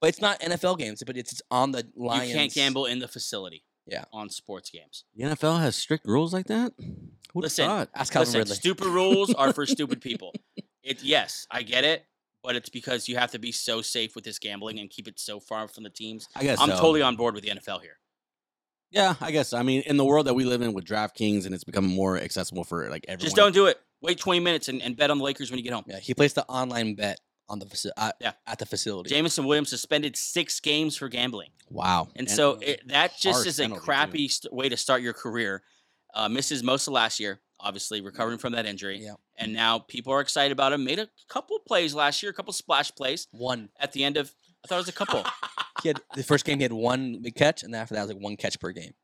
[SPEAKER 3] But it's not NFL games. But it's, it's on the Lions.
[SPEAKER 2] You can't gamble in the facility.
[SPEAKER 3] Yeah.
[SPEAKER 2] On sports games.
[SPEAKER 4] The NFL has strict rules like that. Who'd
[SPEAKER 2] Listen,
[SPEAKER 4] have thought?
[SPEAKER 3] Ask Calvin
[SPEAKER 2] Listen,
[SPEAKER 3] Ridley.
[SPEAKER 2] stupid rules are
[SPEAKER 3] <laughs>
[SPEAKER 2] for stupid people. It yes, I get it, but it's because you have to be so safe with this gambling and keep it so far from the teams.
[SPEAKER 4] I guess
[SPEAKER 2] I'm
[SPEAKER 4] so.
[SPEAKER 2] totally on board with the NFL here.
[SPEAKER 4] Yeah, I guess. I mean, in the world that we live in with DraftKings, and it's become more accessible for like everyone.
[SPEAKER 2] Just don't do it. Wait 20 minutes and, and bet on the Lakers when you get home.
[SPEAKER 3] Yeah, he placed the online bet on the faci- uh,
[SPEAKER 2] Yeah.
[SPEAKER 3] at the facility.
[SPEAKER 2] Jamison Williams suspended six games for gambling,
[SPEAKER 4] Wow.
[SPEAKER 2] and, so
[SPEAKER 4] uh,
[SPEAKER 2] it, that just
[SPEAKER 4] harsh
[SPEAKER 2] is a
[SPEAKER 4] penalty, too.
[SPEAKER 2] crappy st- way to start your career. Uh, misses most of last year, obviously recovering from that injury,
[SPEAKER 3] Yeah.
[SPEAKER 2] and now people are excited about him. Made a couple plays last year, a couple splash plays
[SPEAKER 3] one.
[SPEAKER 2] at the end of. I thought it was a
[SPEAKER 4] <laughs>
[SPEAKER 2] couple.
[SPEAKER 3] He had the first game. He had one big catch, and after that, it was like one catch per game.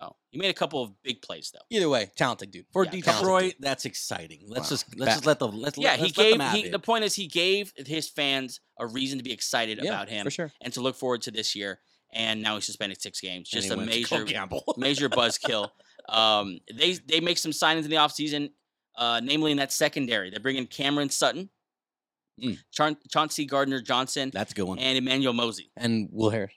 [SPEAKER 2] Oh, he made a couple of big plays though.
[SPEAKER 3] Either way, talented dude.
[SPEAKER 4] for
[SPEAKER 2] yeah,
[SPEAKER 4] Detroit, that's exciting. Let's
[SPEAKER 3] Wow.
[SPEAKER 4] just let's
[SPEAKER 3] Back-
[SPEAKER 4] just let the let's
[SPEAKER 2] Yeah,
[SPEAKER 4] let,
[SPEAKER 2] he
[SPEAKER 4] let's let
[SPEAKER 2] gave.
[SPEAKER 4] them have
[SPEAKER 2] He,
[SPEAKER 4] it.
[SPEAKER 2] the point is, he gave his fans a reason to be excited
[SPEAKER 3] Yeah,
[SPEAKER 2] about him
[SPEAKER 3] for sure.
[SPEAKER 2] and to look forward to this year. And now he's suspended six games.
[SPEAKER 4] And
[SPEAKER 2] Just
[SPEAKER 4] he
[SPEAKER 2] a
[SPEAKER 4] went to <laughs> go
[SPEAKER 2] major, <laughs>
[SPEAKER 4] gamble.
[SPEAKER 2] major buzzkill. Um, they they make some signings in the offseason, uh, namely in that secondary. They bring in Cameron Sutton,
[SPEAKER 4] Mm.
[SPEAKER 2] Chaun- Chauncey Gardner Johnson,
[SPEAKER 4] That's a good one.
[SPEAKER 2] and Emmanuel Mosey,
[SPEAKER 3] And Will Harris.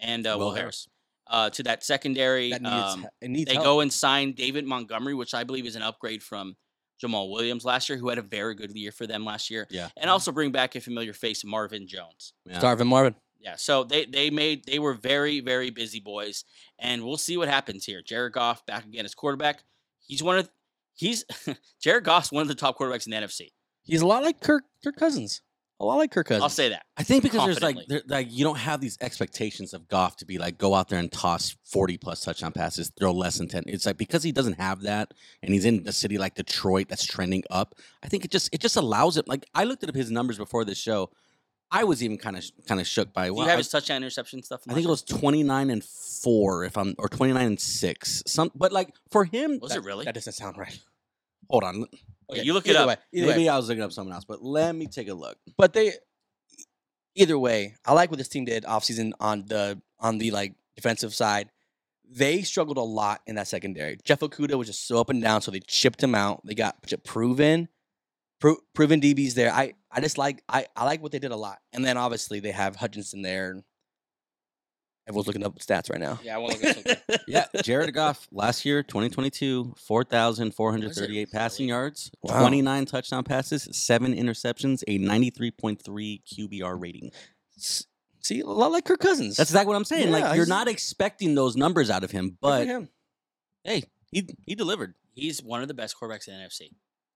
[SPEAKER 2] and uh, Will
[SPEAKER 4] Will
[SPEAKER 2] Harris uh, to that secondary.
[SPEAKER 3] That needs,
[SPEAKER 2] um,
[SPEAKER 3] it needs
[SPEAKER 2] they
[SPEAKER 3] help.
[SPEAKER 2] go and sign David Montgomery, which I believe is an upgrade from Jamal Williams last year, who had a very good year for them last year. <laughs>
[SPEAKER 4] Yeah.
[SPEAKER 2] And also bring back a familiar face, Marvin Jones.
[SPEAKER 4] Yeah.
[SPEAKER 3] Darvin Marvin.
[SPEAKER 2] Yeah. So they they made they were very, very busy boys. And we'll see what happens here. Jared Goff back again as quarterback. He's one of he's <laughs> Jared Goff's one of the top quarterbacks in the NFC.
[SPEAKER 3] He's a lot like Kirk, Kirk Cousins. A lot like Kirk Cousins.
[SPEAKER 2] I'll say that.
[SPEAKER 4] I think because there's like
[SPEAKER 2] confidently.
[SPEAKER 4] there, like you don't have these expectations of Goff to be like go out there and toss 40 plus touchdown passes, throw less than 10. It's like because he doesn't have that and he's in a city like Detroit that's trending up. I think it just it just allows it like I looked at his numbers before this show. I was even kind of kind of shook by
[SPEAKER 2] Do
[SPEAKER 4] wow,
[SPEAKER 2] you have
[SPEAKER 4] I-
[SPEAKER 2] his touchdown interception stuff? from
[SPEAKER 4] I think it
[SPEAKER 2] last
[SPEAKER 4] was 29 and 4 if I'm or 29 and 6. Some but like for him
[SPEAKER 2] year? was it really?
[SPEAKER 3] That doesn't sound right.
[SPEAKER 4] hold on.
[SPEAKER 2] Okay, you look it
[SPEAKER 3] either
[SPEAKER 2] up.
[SPEAKER 3] Way, either
[SPEAKER 4] Maybe
[SPEAKER 3] way.
[SPEAKER 4] I was looking up someone else, but let me take a look.
[SPEAKER 3] But they either way, I like what this team did offseason on the on the like defensive side. They struggled a lot in that secondary. Jeff Okuda was just so up and down, so they chipped him out. They got j- proven pro- proven DBs there. I I just like I, I like what they did a lot. And then obviously they have Hutchinson there. and Everyone's looking up stats right now.
[SPEAKER 2] Yeah, I want to look at
[SPEAKER 3] <laughs>
[SPEAKER 2] something. <laughs>
[SPEAKER 4] yeah, Jared Goff last year, 2022, 4,438 passing
[SPEAKER 2] really?
[SPEAKER 4] yards,
[SPEAKER 3] Wow.
[SPEAKER 4] 29 touchdown passes, seven interceptions, a 93.3 QBR rating.
[SPEAKER 3] S- See, a lot like Kirk Cousins.
[SPEAKER 4] That's exactly what I'm saying.
[SPEAKER 3] Yeah,
[SPEAKER 4] like you're
[SPEAKER 3] he's-
[SPEAKER 4] not expecting those numbers out of him,
[SPEAKER 3] Good for
[SPEAKER 4] but
[SPEAKER 3] him.
[SPEAKER 4] hey, he he delivered.
[SPEAKER 2] He's one of the best quarterbacks in the NFC.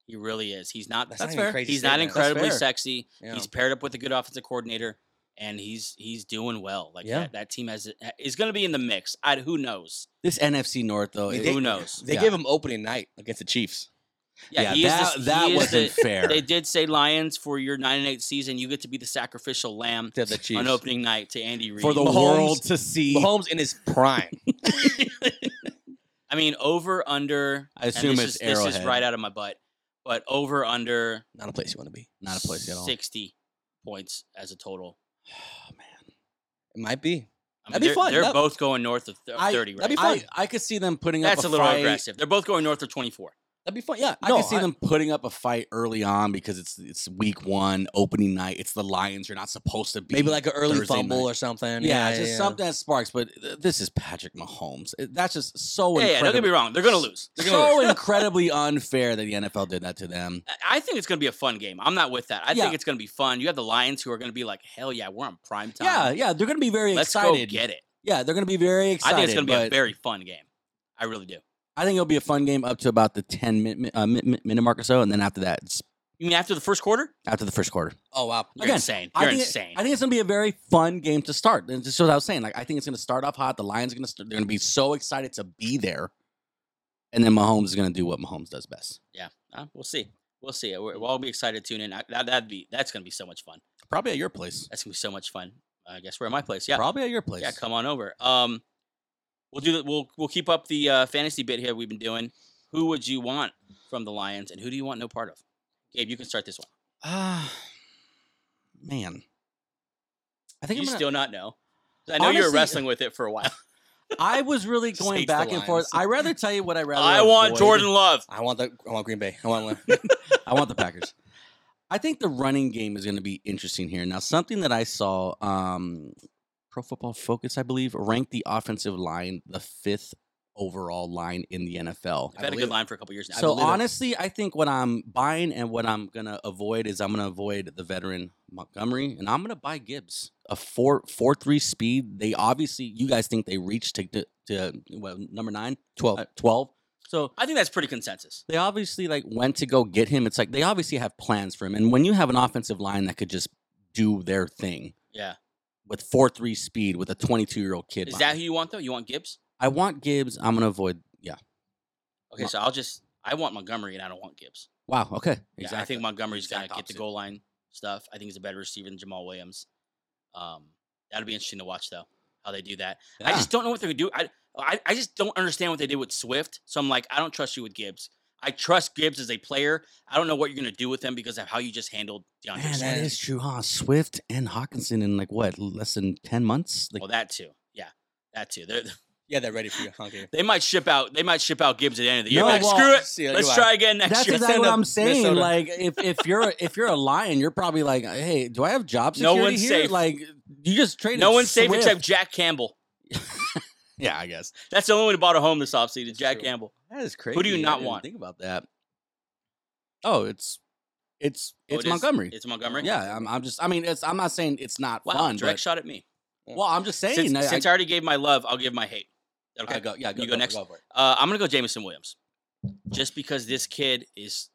[SPEAKER 2] He really is. He's not
[SPEAKER 3] That's
[SPEAKER 4] That's
[SPEAKER 3] not even
[SPEAKER 4] fair.
[SPEAKER 3] a crazy
[SPEAKER 2] he's not
[SPEAKER 3] statement. That's
[SPEAKER 2] incredibly
[SPEAKER 3] fair.
[SPEAKER 2] sexy.
[SPEAKER 3] Yeah.
[SPEAKER 2] He's paired up with a good offensive coordinator, and he's he's doing well. Like
[SPEAKER 3] Yeah.
[SPEAKER 2] that, that team has is going to be in the mix. I, who knows?
[SPEAKER 4] This NFC North though,
[SPEAKER 3] They
[SPEAKER 4] it-
[SPEAKER 3] did-
[SPEAKER 2] who knows?
[SPEAKER 3] They
[SPEAKER 4] Yeah.
[SPEAKER 3] gave him opening night against the Chiefs.
[SPEAKER 2] Yeah,
[SPEAKER 4] yeah,
[SPEAKER 2] he is
[SPEAKER 4] that,
[SPEAKER 2] this-
[SPEAKER 4] that
[SPEAKER 2] he is
[SPEAKER 4] wasn't
[SPEAKER 2] the-
[SPEAKER 4] fair.
[SPEAKER 2] They did say Lions for your nine and eight season, you get to be the sacrificial lamb
[SPEAKER 3] To the Chiefs.
[SPEAKER 2] on opening night to Andy Reid.
[SPEAKER 4] for the
[SPEAKER 3] Mahomes-
[SPEAKER 4] world to see.
[SPEAKER 3] Mahomes in his prime.
[SPEAKER 2] I mean, over under.
[SPEAKER 4] I
[SPEAKER 2] and
[SPEAKER 4] assume
[SPEAKER 2] this
[SPEAKER 4] it's
[SPEAKER 2] is, this is
[SPEAKER 4] Arrowhead.
[SPEAKER 2] right out of my butt, but over under
[SPEAKER 3] Not a place you want to be.
[SPEAKER 4] Not a place at all.
[SPEAKER 2] 60 points as a total.
[SPEAKER 3] Oh man, it might be.
[SPEAKER 2] I
[SPEAKER 3] That'd be
[SPEAKER 2] they're,
[SPEAKER 3] fun.
[SPEAKER 2] They're
[SPEAKER 3] That-
[SPEAKER 2] both going north of th- of
[SPEAKER 4] I-
[SPEAKER 2] 30,
[SPEAKER 3] that'd
[SPEAKER 2] right?
[SPEAKER 4] I,
[SPEAKER 3] be fun.
[SPEAKER 4] I could see them putting
[SPEAKER 2] That's
[SPEAKER 4] up
[SPEAKER 2] a
[SPEAKER 4] a
[SPEAKER 2] little
[SPEAKER 4] fight.
[SPEAKER 2] aggressive. They're both going north of 24.
[SPEAKER 3] That'd be fun. Yeah,
[SPEAKER 4] I
[SPEAKER 3] no,
[SPEAKER 4] can see
[SPEAKER 3] I-
[SPEAKER 4] them putting up a fight early on because it's it's week one, opening night. It's the Lions. You're not supposed to be
[SPEAKER 3] Maybe like an early
[SPEAKER 4] Thursday
[SPEAKER 3] fumble
[SPEAKER 4] night.
[SPEAKER 3] or something.
[SPEAKER 4] yeah,
[SPEAKER 3] yeah
[SPEAKER 4] just
[SPEAKER 3] yeah.
[SPEAKER 2] uh,
[SPEAKER 4] something that sparks. But th- this is Patrick Mahomes. It- That's just so
[SPEAKER 2] Yeah, yeah, don't
[SPEAKER 4] incredibly
[SPEAKER 2] get me wrong. They're going to lose. They're gonna lose.
[SPEAKER 4] Oh, so incredibly unfair that the NFL did that to them.
[SPEAKER 2] I- I think it's going to be a fun game. I'm not with that. I
[SPEAKER 4] Yeah.
[SPEAKER 2] think it's going to be fun. You have the Lions who are going to be like, hell yeah, we're on prime time.
[SPEAKER 4] <laughs> Yeah, yeah, they're gonna be very
[SPEAKER 2] Let's
[SPEAKER 4] excited.
[SPEAKER 2] go get it.
[SPEAKER 4] yeah, they're gonna be very excited.
[SPEAKER 2] I think it's going to be a
[SPEAKER 4] but
[SPEAKER 2] very fun game. I really do.
[SPEAKER 4] I think it'll be a fun game up to about the ten minute uh, mi- mi- minute mark or so, and then after that, it's
[SPEAKER 2] You mean after the first quarter?
[SPEAKER 4] after the first quarter.
[SPEAKER 3] Oh wow.
[SPEAKER 2] You're
[SPEAKER 4] Again,
[SPEAKER 2] insane.
[SPEAKER 4] I
[SPEAKER 2] You're
[SPEAKER 4] think it-
[SPEAKER 2] insane.
[SPEAKER 4] I think it's gonna be a very fun game to start. And just what I was saying, like I think it's gonna start off hot. The Lions are gonna start, they're gonna be so excited to be there, and then Mahomes is gonna do what Mahomes does best.
[SPEAKER 2] Uh, we'll see. We'll see. We're- We'll all be excited to tune in. I- That, that'd be, that's going to be so much fun.
[SPEAKER 4] Probably at your place.
[SPEAKER 2] That's going to be so much fun. I guess we're at my place. Yeah.
[SPEAKER 4] Probably at your place. <sighs>
[SPEAKER 2] Yeah, come on over. Um, we'll do. The, we'll we'll keep up the uh, fantasy bit here we've been doing. Who would you want from the Lions, and who do you want no part of? Gabe, you can start this one.
[SPEAKER 4] Ah, man. I think
[SPEAKER 2] you
[SPEAKER 4] I'm gonna,
[SPEAKER 2] still not know. 'Cause I know you were
[SPEAKER 4] Honestly-
[SPEAKER 2] <laughs> wrestling with it for a while.
[SPEAKER 4] I
[SPEAKER 2] <laughs>
[SPEAKER 4] was really
[SPEAKER 3] Just
[SPEAKER 4] going
[SPEAKER 3] hates the
[SPEAKER 4] back and forth. I
[SPEAKER 3] Lions.
[SPEAKER 4] rather tell you what I rather.
[SPEAKER 2] I want
[SPEAKER 4] avoid.
[SPEAKER 2] Jordan Love.
[SPEAKER 3] I want the. I want Green Bay. I want. one.
[SPEAKER 2] <laughs>
[SPEAKER 4] <laughs> I want the Packers. I think the running game is going to be interesting here. Now, something that I saw, um, Pro Football Focus, I believe, ranked the offensive line the fifth overall line in the NFL.
[SPEAKER 2] I've had a
[SPEAKER 3] believe
[SPEAKER 2] good
[SPEAKER 3] it.
[SPEAKER 2] line for a couple years now. I
[SPEAKER 4] So
[SPEAKER 2] believe it.
[SPEAKER 4] honestly, I think what I'm buying and what I'm gonna avoid is I'm gonna avoid the
[SPEAKER 3] Mm.
[SPEAKER 4] veteran Montgomery, and I'm gonna buy Gibbs a four four three speed. They obviously, you guys think they reached to to, to well, number nine,
[SPEAKER 3] 12.
[SPEAKER 4] uh, 12. So
[SPEAKER 2] I think that's pretty consensus.
[SPEAKER 4] they obviously like went to go get him. It's like they obviously have plans for him. And when you have an offensive line that could just do their thing
[SPEAKER 2] Yeah.
[SPEAKER 4] with four three speed with a 22 year old kid,
[SPEAKER 2] Is
[SPEAKER 4] behind
[SPEAKER 2] that who
[SPEAKER 4] him.
[SPEAKER 2] you want though? You want Gibbs?
[SPEAKER 4] I want Gibbs. I'm gonna avoid. Yeah.
[SPEAKER 2] Okay,
[SPEAKER 4] Mon-
[SPEAKER 2] so I'll just I want Montgomery and I don't want Gibbs.
[SPEAKER 4] Wow. Okay.
[SPEAKER 2] Yeah, I think Montgomery's gonna
[SPEAKER 4] Exact
[SPEAKER 2] get the
[SPEAKER 4] opposite.
[SPEAKER 2] goal line stuff. I think he's a better receiver than Jamal Williams. Um, that'll be interesting to watch though how they do that. I
[SPEAKER 4] Yeah.
[SPEAKER 2] just don't know what they're gonna do. I, I I just don't understand what they did with Swift. So I'm like, I don't trust you with Gibbs. I trust Gibbs as a player. I don't know what you're gonna do with him because of how you just handled DeAndre
[SPEAKER 4] Man, that
[SPEAKER 2] Swift.
[SPEAKER 4] is true, huh? Swift and Hawkinson in like what less than ten months. Like,
[SPEAKER 2] well, Oh, that too. Yeah, that too. They're, <laughs>
[SPEAKER 3] Yeah, they're ready for you. Honky.
[SPEAKER 2] they might ship out. They might ship out Gibbs at the end of the year.
[SPEAKER 4] No,
[SPEAKER 2] like,
[SPEAKER 4] well,
[SPEAKER 2] screw it.
[SPEAKER 3] See ya,
[SPEAKER 2] Let's
[SPEAKER 3] goodbye.
[SPEAKER 2] try again next
[SPEAKER 4] that's
[SPEAKER 2] year.
[SPEAKER 4] exactly
[SPEAKER 3] Send
[SPEAKER 4] what
[SPEAKER 3] up
[SPEAKER 4] I'm saying.
[SPEAKER 3] Minnesota.
[SPEAKER 4] Like, if if you're a- if you're a lion, you're probably like, hey, do I have job
[SPEAKER 2] No
[SPEAKER 4] security
[SPEAKER 2] one's
[SPEAKER 4] here?
[SPEAKER 2] safe.
[SPEAKER 4] Like, you just traded.
[SPEAKER 2] No one's safe
[SPEAKER 4] Swift.
[SPEAKER 2] except Jack Campbell.
[SPEAKER 4] Yeah, I guess
[SPEAKER 2] That's the only one who bought a home this offseason.
[SPEAKER 3] That's
[SPEAKER 2] Jack
[SPEAKER 3] true.
[SPEAKER 2] Campbell.
[SPEAKER 4] that is crazy.
[SPEAKER 2] Who do you
[SPEAKER 4] I
[SPEAKER 2] not
[SPEAKER 4] didn't
[SPEAKER 2] want?
[SPEAKER 4] Think about that. Oh, it's it's
[SPEAKER 2] Oh,
[SPEAKER 4] it's
[SPEAKER 2] it is-
[SPEAKER 4] Montgomery.
[SPEAKER 2] It's Montgomery.
[SPEAKER 4] Yeah, I'm, I'm just. I mean, it's. I'm not saying it's not
[SPEAKER 2] Wow.
[SPEAKER 4] fun.
[SPEAKER 2] direct
[SPEAKER 4] but,
[SPEAKER 2] shot at me.
[SPEAKER 4] well, I'm just saying.
[SPEAKER 2] Since,
[SPEAKER 4] I,
[SPEAKER 2] since I already gave my love, I'll give my hate. Is that
[SPEAKER 4] I-
[SPEAKER 2] Okay.
[SPEAKER 4] go. Yeah, go,
[SPEAKER 2] You go
[SPEAKER 4] for it,
[SPEAKER 2] next.
[SPEAKER 4] for it.
[SPEAKER 2] Uh, I'm gonna go Jamison Williams, just because this kid is.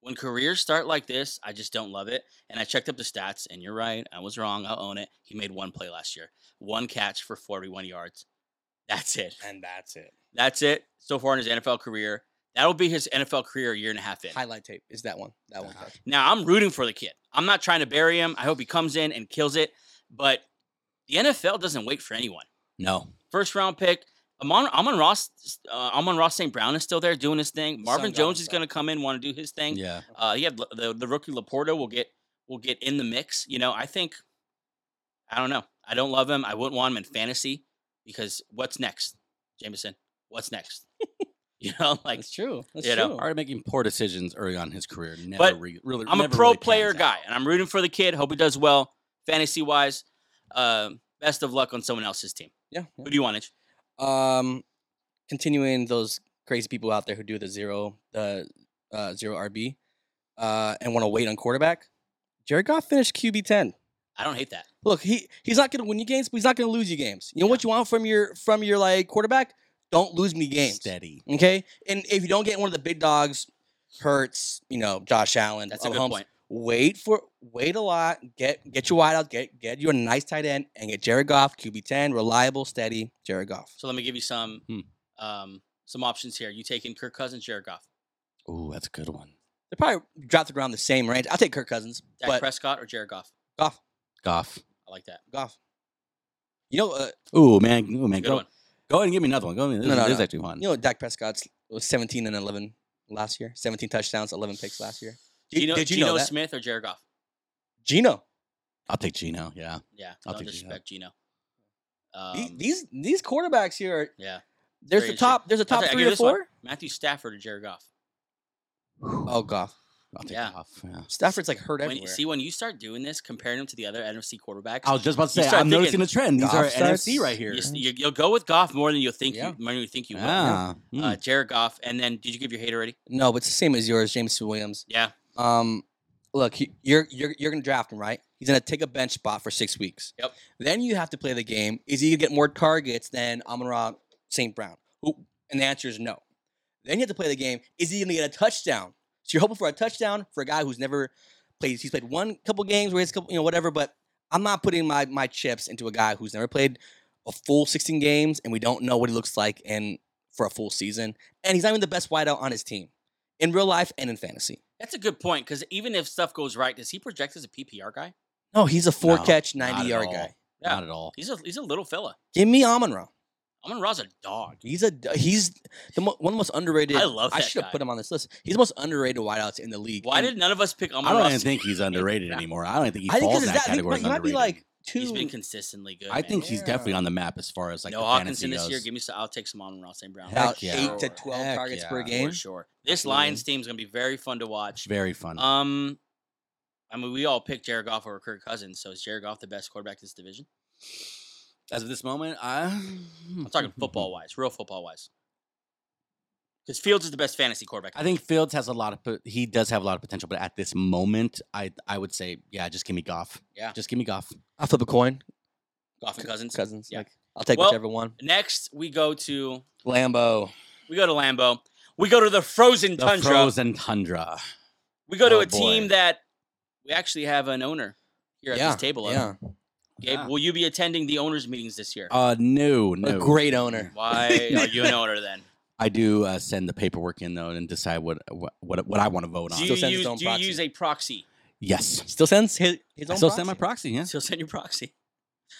[SPEAKER 2] When careers start like this, I just don't love it. And I checked up the stats, and you're right. I was wrong. I'll own it. He made one play last year, one catch for 41 yards. That's it.
[SPEAKER 3] And that's it.
[SPEAKER 2] That's it. So far in his NFL career, that'll be his NFL career a year and a half in.
[SPEAKER 3] Highlight tape is that one. That one.
[SPEAKER 4] Uh-huh.
[SPEAKER 2] Now I'm rooting for the kid. I'm not trying to bury him. I hope he comes in and kills it. But the NFL doesn't wait for anyone.
[SPEAKER 4] No.
[SPEAKER 2] First round pick. Amon, Amon Ross, uh, Amon Ross St. Brown is still there doing his thing. Marvin
[SPEAKER 3] Sun
[SPEAKER 2] Jones
[SPEAKER 3] Gods,
[SPEAKER 2] is
[SPEAKER 3] though.
[SPEAKER 2] going to come in, want to do his thing.
[SPEAKER 4] Yeah.
[SPEAKER 2] Uh, he had l- the, the rookie Laporta will get will get in the mix. You know, I think I don't know. I don't love him. I wouldn't want him in fantasy because what's next, Jameson? What's next? <laughs> you know, like
[SPEAKER 3] That's true. That's
[SPEAKER 2] you
[SPEAKER 3] true.
[SPEAKER 2] know,
[SPEAKER 4] Already making poor decisions early on in his career. Never
[SPEAKER 2] Oh. But
[SPEAKER 4] re- really.
[SPEAKER 2] I'm a
[SPEAKER 4] never
[SPEAKER 2] pro
[SPEAKER 4] really pans
[SPEAKER 2] player
[SPEAKER 4] out.
[SPEAKER 2] guy, and I'm rooting for the kid. Hope he does well, fantasy wise. Uh, best of luck on someone else's team.
[SPEAKER 3] Yeah. yeah.
[SPEAKER 2] Who do you want? Itch?
[SPEAKER 3] Um, continuing those crazy people out there who do the zero, the uh, zero RB, uh, and want to wait on quarterback. Jared Goff finished QB ten.
[SPEAKER 2] I don't hate that.
[SPEAKER 3] Look, he he's not gonna win you games, but he's not gonna lose you games. You know what you want from your from your like quarterback? Don't lose me games.
[SPEAKER 4] Steady.
[SPEAKER 3] Okay, and if you don't get one of the big dogs, Hurts, you know Josh Allen,
[SPEAKER 2] That's a good
[SPEAKER 3] Mahomes,
[SPEAKER 2] point.
[SPEAKER 3] Wait for wait a lot. Get get your wideout. Get get your nice tight end and get Jared Goff, QB ten, reliable, steady Jared Goff.
[SPEAKER 2] So let me give you some
[SPEAKER 4] Hmm.
[SPEAKER 2] um, some options here. You taking Kirk Cousins, Jared Goff,
[SPEAKER 4] Ooh, that's a good one.
[SPEAKER 3] They probably drafted around the same range. I'll take Kirk Cousins,
[SPEAKER 2] Dak
[SPEAKER 3] but
[SPEAKER 2] Prescott, or Jared Goff?
[SPEAKER 3] Goff,
[SPEAKER 4] Goff.
[SPEAKER 2] I like that.
[SPEAKER 3] Goff. You know, uh,
[SPEAKER 4] Ooh man. Ooh man.
[SPEAKER 2] Good
[SPEAKER 4] Go,
[SPEAKER 2] one.
[SPEAKER 4] go ahead and give me another one. Go ahead. and- This,
[SPEAKER 3] No, no,
[SPEAKER 4] this is
[SPEAKER 3] no.
[SPEAKER 4] actually one.
[SPEAKER 3] you know Dak Prescott's was seventeen and eleven last year. 17 touchdowns, 11 picks last year. Did,
[SPEAKER 2] Gino,
[SPEAKER 3] did you
[SPEAKER 2] Geno
[SPEAKER 3] know that?
[SPEAKER 2] Smith or Jared Goff?
[SPEAKER 3] Gino.
[SPEAKER 4] I'll take Gino. Yeah.
[SPEAKER 2] Yeah,
[SPEAKER 4] I'll
[SPEAKER 2] no
[SPEAKER 4] take Geno.
[SPEAKER 2] disrespect, Gino.
[SPEAKER 3] The-
[SPEAKER 2] Um,
[SPEAKER 3] these these quarterbacks here are
[SPEAKER 2] yeah,
[SPEAKER 3] there's
[SPEAKER 2] Crazy.
[SPEAKER 3] the top there's a top
[SPEAKER 2] I'll tell you,
[SPEAKER 3] three
[SPEAKER 2] I'll give
[SPEAKER 3] or
[SPEAKER 2] this one.
[SPEAKER 3] four.
[SPEAKER 2] Matthew Stafford or Jared Goff.
[SPEAKER 3] Oh god.
[SPEAKER 4] I'll take
[SPEAKER 2] Yeah.
[SPEAKER 4] Goff, yeah.
[SPEAKER 3] Stafford's like hurt
[SPEAKER 2] When,
[SPEAKER 3] everywhere.
[SPEAKER 2] see, when you start doing this, comparing him to the other NFC quarterbacks,
[SPEAKER 4] I was just about to
[SPEAKER 2] You
[SPEAKER 4] say, I'm
[SPEAKER 2] start
[SPEAKER 4] noticing
[SPEAKER 2] thinking,
[SPEAKER 4] the trend. These
[SPEAKER 3] Goff
[SPEAKER 4] are
[SPEAKER 3] starts-
[SPEAKER 4] NFC right here.
[SPEAKER 2] you, s- you, will go with Goff more than you'll think
[SPEAKER 3] Yeah.
[SPEAKER 2] you more than you think you will.
[SPEAKER 4] Ah, mm.
[SPEAKER 2] Uh, Jared Goff, and then did you give your hate already?
[SPEAKER 3] no, but it's the same as yours, James Williams.
[SPEAKER 2] Yeah,
[SPEAKER 3] Um, look, he- you're you're you're gonna draft him, right? He's gonna take a bench spot for six weeks.
[SPEAKER 2] Yep.
[SPEAKER 3] Then you have to play the game. Is he gonna get more targets than Amon Ra St. Brown? Who? And the answer is no. Then you have to play the game. Is he gonna get a touchdown? So you're hoping for a touchdown for a guy who's never played. He's played one couple games where he's couple, you know, whatever. But I'm not putting my my chips into a guy who's never played a full 16 games and we don't know what he looks like in for a full season. And he's not even the best wideout on his team in real life and in fantasy.
[SPEAKER 2] that's a good point because even if stuff goes right, does he project as a PPR guy?
[SPEAKER 3] No, he's a four
[SPEAKER 4] No,
[SPEAKER 3] catch,
[SPEAKER 4] not
[SPEAKER 3] 90
[SPEAKER 4] at
[SPEAKER 3] yard
[SPEAKER 4] all.
[SPEAKER 3] guy.
[SPEAKER 2] Yeah.
[SPEAKER 4] Not at all.
[SPEAKER 2] He's a he's a little fella.
[SPEAKER 3] Give me Amon Ra.
[SPEAKER 2] Amon Ra's a dog.
[SPEAKER 3] He's a he's the mo- one of the most underrated.
[SPEAKER 2] I love
[SPEAKER 3] I
[SPEAKER 2] that
[SPEAKER 3] should
[SPEAKER 2] guy.
[SPEAKER 3] have put him on this list. He's the most underrated wideouts in the league.
[SPEAKER 2] Why
[SPEAKER 3] and
[SPEAKER 2] did none of us pick
[SPEAKER 4] I
[SPEAKER 2] Amon
[SPEAKER 4] don't
[SPEAKER 2] Ra?
[SPEAKER 4] even think he's underrated
[SPEAKER 2] Yeah.
[SPEAKER 4] anymore. I don't think he
[SPEAKER 3] I think
[SPEAKER 4] falls
[SPEAKER 3] this
[SPEAKER 4] in
[SPEAKER 3] is
[SPEAKER 4] that
[SPEAKER 3] that? I think
[SPEAKER 4] category.
[SPEAKER 3] he might be like two.
[SPEAKER 2] He's been consistently good.
[SPEAKER 4] I
[SPEAKER 2] man.
[SPEAKER 4] think he's definitely
[SPEAKER 3] Yeah.
[SPEAKER 4] on the map as far as like
[SPEAKER 2] no
[SPEAKER 4] the
[SPEAKER 2] Hawkinson
[SPEAKER 4] fantasy
[SPEAKER 2] this year.
[SPEAKER 4] goes.
[SPEAKER 2] Give me some. I'll take some Amon Ra St. Brown.
[SPEAKER 4] Hell
[SPEAKER 3] about
[SPEAKER 4] Heck yeah.
[SPEAKER 3] eight to twelve
[SPEAKER 4] Heck
[SPEAKER 3] targets per
[SPEAKER 4] yeah.
[SPEAKER 2] for
[SPEAKER 3] game.
[SPEAKER 2] sure. This
[SPEAKER 3] Absolutely.
[SPEAKER 2] Lions team's gonna be very fun to
[SPEAKER 4] It's
[SPEAKER 2] watch.
[SPEAKER 4] very fun.
[SPEAKER 2] Um, I mean, we all picked Jared Goff over Kirk Cousins, so is Jared Goff the best quarterback in this division?
[SPEAKER 4] As of this moment, I, Hmm.
[SPEAKER 2] I'm
[SPEAKER 4] <laughs>
[SPEAKER 2] talking football wise, real football wise. Because Fields is the best fantasy quarterback.
[SPEAKER 4] I think Fields has a lot of po- he does have a lot of potential, but at this moment, I I would say yeah, just give me Goff.
[SPEAKER 2] Yeah.
[SPEAKER 4] just give me Goff.
[SPEAKER 3] I'll flip a coin.
[SPEAKER 2] Goff and Cousins.
[SPEAKER 3] Cousins.
[SPEAKER 2] Yeah.
[SPEAKER 3] Like, I'll take
[SPEAKER 2] Well-
[SPEAKER 3] whichever one.
[SPEAKER 2] Next, we go to
[SPEAKER 3] Lambo.
[SPEAKER 2] we go to Lambeau. We go to the frozen
[SPEAKER 4] The
[SPEAKER 2] tundra.
[SPEAKER 4] frozen tundra.
[SPEAKER 2] We go to
[SPEAKER 4] Oh,
[SPEAKER 2] a team
[SPEAKER 4] boy.
[SPEAKER 2] that we actually have an owner here at
[SPEAKER 3] Yeah,
[SPEAKER 2] this table. of.
[SPEAKER 3] Yeah. Oh,
[SPEAKER 2] Gabe,
[SPEAKER 4] Yeah.
[SPEAKER 2] will you be attending the owners' meetings this year?
[SPEAKER 4] Uh, no, no.
[SPEAKER 3] A great owner. <laughs>
[SPEAKER 2] Why are you an owner then?
[SPEAKER 4] I do uh, send the paperwork in though, and decide what what what, what I want to vote on.
[SPEAKER 2] Do you,
[SPEAKER 3] Still sends his
[SPEAKER 2] use,
[SPEAKER 3] own
[SPEAKER 2] do you
[SPEAKER 3] proxy.
[SPEAKER 2] use a proxy?
[SPEAKER 4] yes,
[SPEAKER 3] Still sends his, his
[SPEAKER 4] I
[SPEAKER 3] own.
[SPEAKER 4] still send my proxy. Yeah,
[SPEAKER 2] Still send your proxy.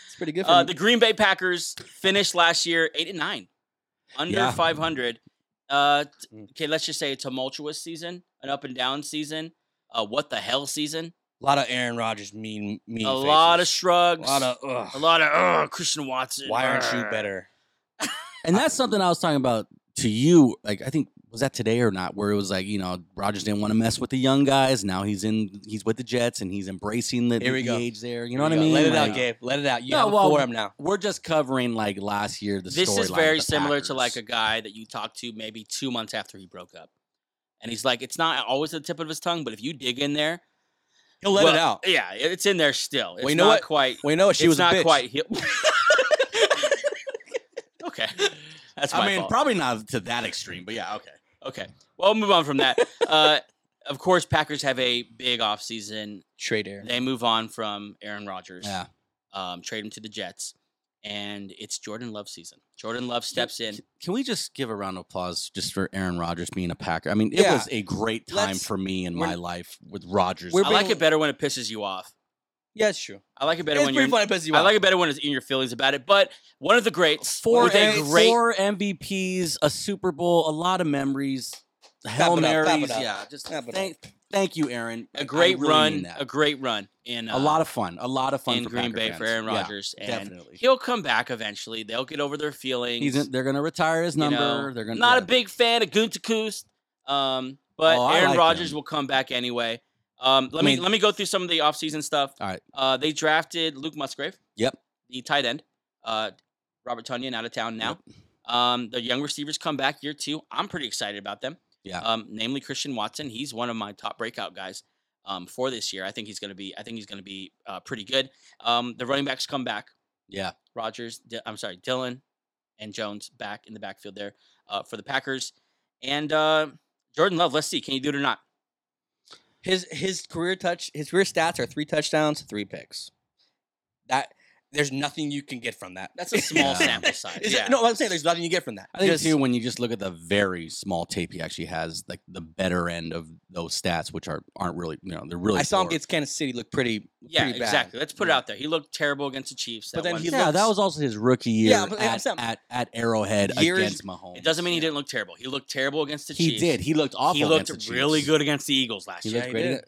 [SPEAKER 3] It's pretty good for
[SPEAKER 2] Uh,
[SPEAKER 3] me.
[SPEAKER 2] the Green Bay Packers finished last year eight and nine, under
[SPEAKER 4] Yeah.
[SPEAKER 2] 500. Uh, t-
[SPEAKER 3] Mm.
[SPEAKER 2] okay, let's just say a tumultuous season, an up and down season, a what the hell season,
[SPEAKER 3] A lot of Aaron Rodgers mean mean.
[SPEAKER 2] a lot of
[SPEAKER 3] faces.
[SPEAKER 2] shrugs,
[SPEAKER 3] A lot of. ugh.
[SPEAKER 2] a lot of "Ugh, Christian Watson.
[SPEAKER 3] Why aren't you
[SPEAKER 2] brr." <laughs>
[SPEAKER 3] better?
[SPEAKER 4] and that's something I was talking about to you. Like I think was that today or not, where it was like you know Rogers didn't want to mess with the young guys. Now he's in he's with the Jets and he's embracing the,
[SPEAKER 3] Here we
[SPEAKER 4] the
[SPEAKER 3] go.
[SPEAKER 4] age there. You know what
[SPEAKER 3] Here
[SPEAKER 4] I
[SPEAKER 3] you
[SPEAKER 4] mean?
[SPEAKER 3] go. Let it
[SPEAKER 4] Like,
[SPEAKER 3] out, Gabe. Let it out. You
[SPEAKER 4] No,
[SPEAKER 3] have
[SPEAKER 4] well,
[SPEAKER 3] for him now.
[SPEAKER 4] We're just covering like last year. The
[SPEAKER 2] this is
[SPEAKER 4] storyline with
[SPEAKER 2] very
[SPEAKER 4] the
[SPEAKER 2] similar to like a
[SPEAKER 4] Packers.
[SPEAKER 2] guy that you talked to maybe two months after he broke up, and he's like, it's not always at the tip of his tongue, but if you dig in there,
[SPEAKER 3] He'll let it
[SPEAKER 2] well,
[SPEAKER 3] out.
[SPEAKER 2] Yeah, it's in there still. It's
[SPEAKER 3] you know
[SPEAKER 2] not
[SPEAKER 3] what?
[SPEAKER 2] quite.
[SPEAKER 3] We know it. she
[SPEAKER 2] it's
[SPEAKER 3] was a
[SPEAKER 2] not
[SPEAKER 3] bitch.
[SPEAKER 2] quite.
[SPEAKER 3] <laughs>
[SPEAKER 2] He- <laughs> okay, that's my
[SPEAKER 4] I mean,
[SPEAKER 2] fault.
[SPEAKER 4] probably not to that extreme, but yeah, okay.
[SPEAKER 2] okay, well, move on from that. uh, of course, Packers have a big offseason.
[SPEAKER 3] Trade air.
[SPEAKER 2] They move on from Aaron Rodgers,
[SPEAKER 4] Yeah,
[SPEAKER 2] um, trade him to the Jets, and it's Jordan Love season. Jordan Love steps in.
[SPEAKER 4] C- Can we just give a round of applause just for Aaron Rodgers being a Packer? I mean, it
[SPEAKER 3] Yeah.
[SPEAKER 4] was a great time
[SPEAKER 3] Let's-
[SPEAKER 4] for me in
[SPEAKER 3] we're-
[SPEAKER 4] my life with Rodgers.
[SPEAKER 3] we're
[SPEAKER 2] I
[SPEAKER 4] I
[SPEAKER 2] like
[SPEAKER 3] being-
[SPEAKER 2] it better when it pisses you off.
[SPEAKER 3] Yeah, it's true.
[SPEAKER 2] I like it better
[SPEAKER 3] it's
[SPEAKER 2] when
[SPEAKER 3] pretty
[SPEAKER 2] you're.
[SPEAKER 3] funny pussy.
[SPEAKER 2] I like it better when it's in your feelings about it. But one of the greats,
[SPEAKER 4] four,
[SPEAKER 2] with a
[SPEAKER 4] M-
[SPEAKER 2] great
[SPEAKER 4] four MVPs, a Super Bowl, a lot of memories,
[SPEAKER 3] it
[SPEAKER 4] Hail
[SPEAKER 3] up, clap it
[SPEAKER 4] Marys.
[SPEAKER 3] up.
[SPEAKER 4] Yeah, just
[SPEAKER 3] Clap it up.
[SPEAKER 4] thank, thank you, Aaron. I- I
[SPEAKER 2] a great
[SPEAKER 4] really
[SPEAKER 2] run,
[SPEAKER 4] mean that.
[SPEAKER 2] a great run in uh,
[SPEAKER 4] a lot of fun, a lot of fun
[SPEAKER 2] in
[SPEAKER 4] for
[SPEAKER 2] Green
[SPEAKER 4] Packer
[SPEAKER 2] Bay for
[SPEAKER 4] fans.
[SPEAKER 2] Aaron
[SPEAKER 4] Yeah,
[SPEAKER 2] Rodgers, and
[SPEAKER 4] definitely.
[SPEAKER 2] he'll come back eventually. They'll get over their feelings.
[SPEAKER 4] He's in- they're gonna retire his
[SPEAKER 2] you know.
[SPEAKER 4] number. they're gonna
[SPEAKER 2] Not
[SPEAKER 4] yeah.
[SPEAKER 2] a big fan of Gunter Koost, um, but
[SPEAKER 4] Oh, I
[SPEAKER 2] Aaron
[SPEAKER 4] like
[SPEAKER 2] Rodgers
[SPEAKER 4] him.
[SPEAKER 2] will come back anyway. Um, let
[SPEAKER 4] I
[SPEAKER 2] me
[SPEAKER 4] mean-
[SPEAKER 2] let me go through some of the offseason stuff.
[SPEAKER 4] All right.
[SPEAKER 2] Uh, they drafted Luke Musgrave,
[SPEAKER 4] Yep.
[SPEAKER 2] the tight end. Uh, Robert Tunyon out of town now. Um, the young receivers come back year two. I'm pretty excited about them.
[SPEAKER 4] Yeah.
[SPEAKER 2] Um, namely Christian Watson. He's one of my top breakout guys um, for this year. I think he's going to be. I think he's going to be uh, pretty good. Um, the running backs come back.
[SPEAKER 4] Yeah.
[SPEAKER 2] Rogers. D- I'm sorry, Dylan and Jones back in the backfield there uh, for the Packers. And uh, Jordan Love. Let's see, can you do it or not?
[SPEAKER 3] his his career touch. His career stats are three touchdowns, three picks. That there's nothing you can get from that.
[SPEAKER 2] That's
[SPEAKER 3] <laughs>
[SPEAKER 2] a small
[SPEAKER 4] Yeah.
[SPEAKER 2] sample size.
[SPEAKER 3] Is
[SPEAKER 2] yeah.
[SPEAKER 3] that, no, I'm saying there's nothing you get from that.
[SPEAKER 4] I think
[SPEAKER 3] Just-
[SPEAKER 4] too when you just look at the very small tape he actually has, like the better end of those stats, which are aren't really you know they're really.
[SPEAKER 3] I saw him
[SPEAKER 4] poor.
[SPEAKER 3] against Kansas City look pretty
[SPEAKER 2] Yeah,
[SPEAKER 3] pretty bad.
[SPEAKER 2] exactly. Let's put it out there. He looked terrible against the Chiefs.
[SPEAKER 3] But
[SPEAKER 2] that
[SPEAKER 3] then
[SPEAKER 2] one
[SPEAKER 3] he
[SPEAKER 2] time.
[SPEAKER 4] yeah, that
[SPEAKER 3] looks-
[SPEAKER 4] was also his rookie year
[SPEAKER 3] Yeah, but I'm
[SPEAKER 4] at,
[SPEAKER 3] saying-
[SPEAKER 4] at, at Arrowhead
[SPEAKER 3] Years-
[SPEAKER 4] against Mahomes.
[SPEAKER 2] it doesn't mean he didn't look terrible. He looked terrible against the
[SPEAKER 4] He
[SPEAKER 2] Chiefs.
[SPEAKER 4] did. He looked awful.
[SPEAKER 2] He
[SPEAKER 4] against
[SPEAKER 2] looked
[SPEAKER 4] the
[SPEAKER 2] really
[SPEAKER 4] Chiefs.
[SPEAKER 2] good against the Eagles last
[SPEAKER 4] He
[SPEAKER 2] year.
[SPEAKER 4] looked
[SPEAKER 3] he
[SPEAKER 4] great.
[SPEAKER 3] did.
[SPEAKER 4] at-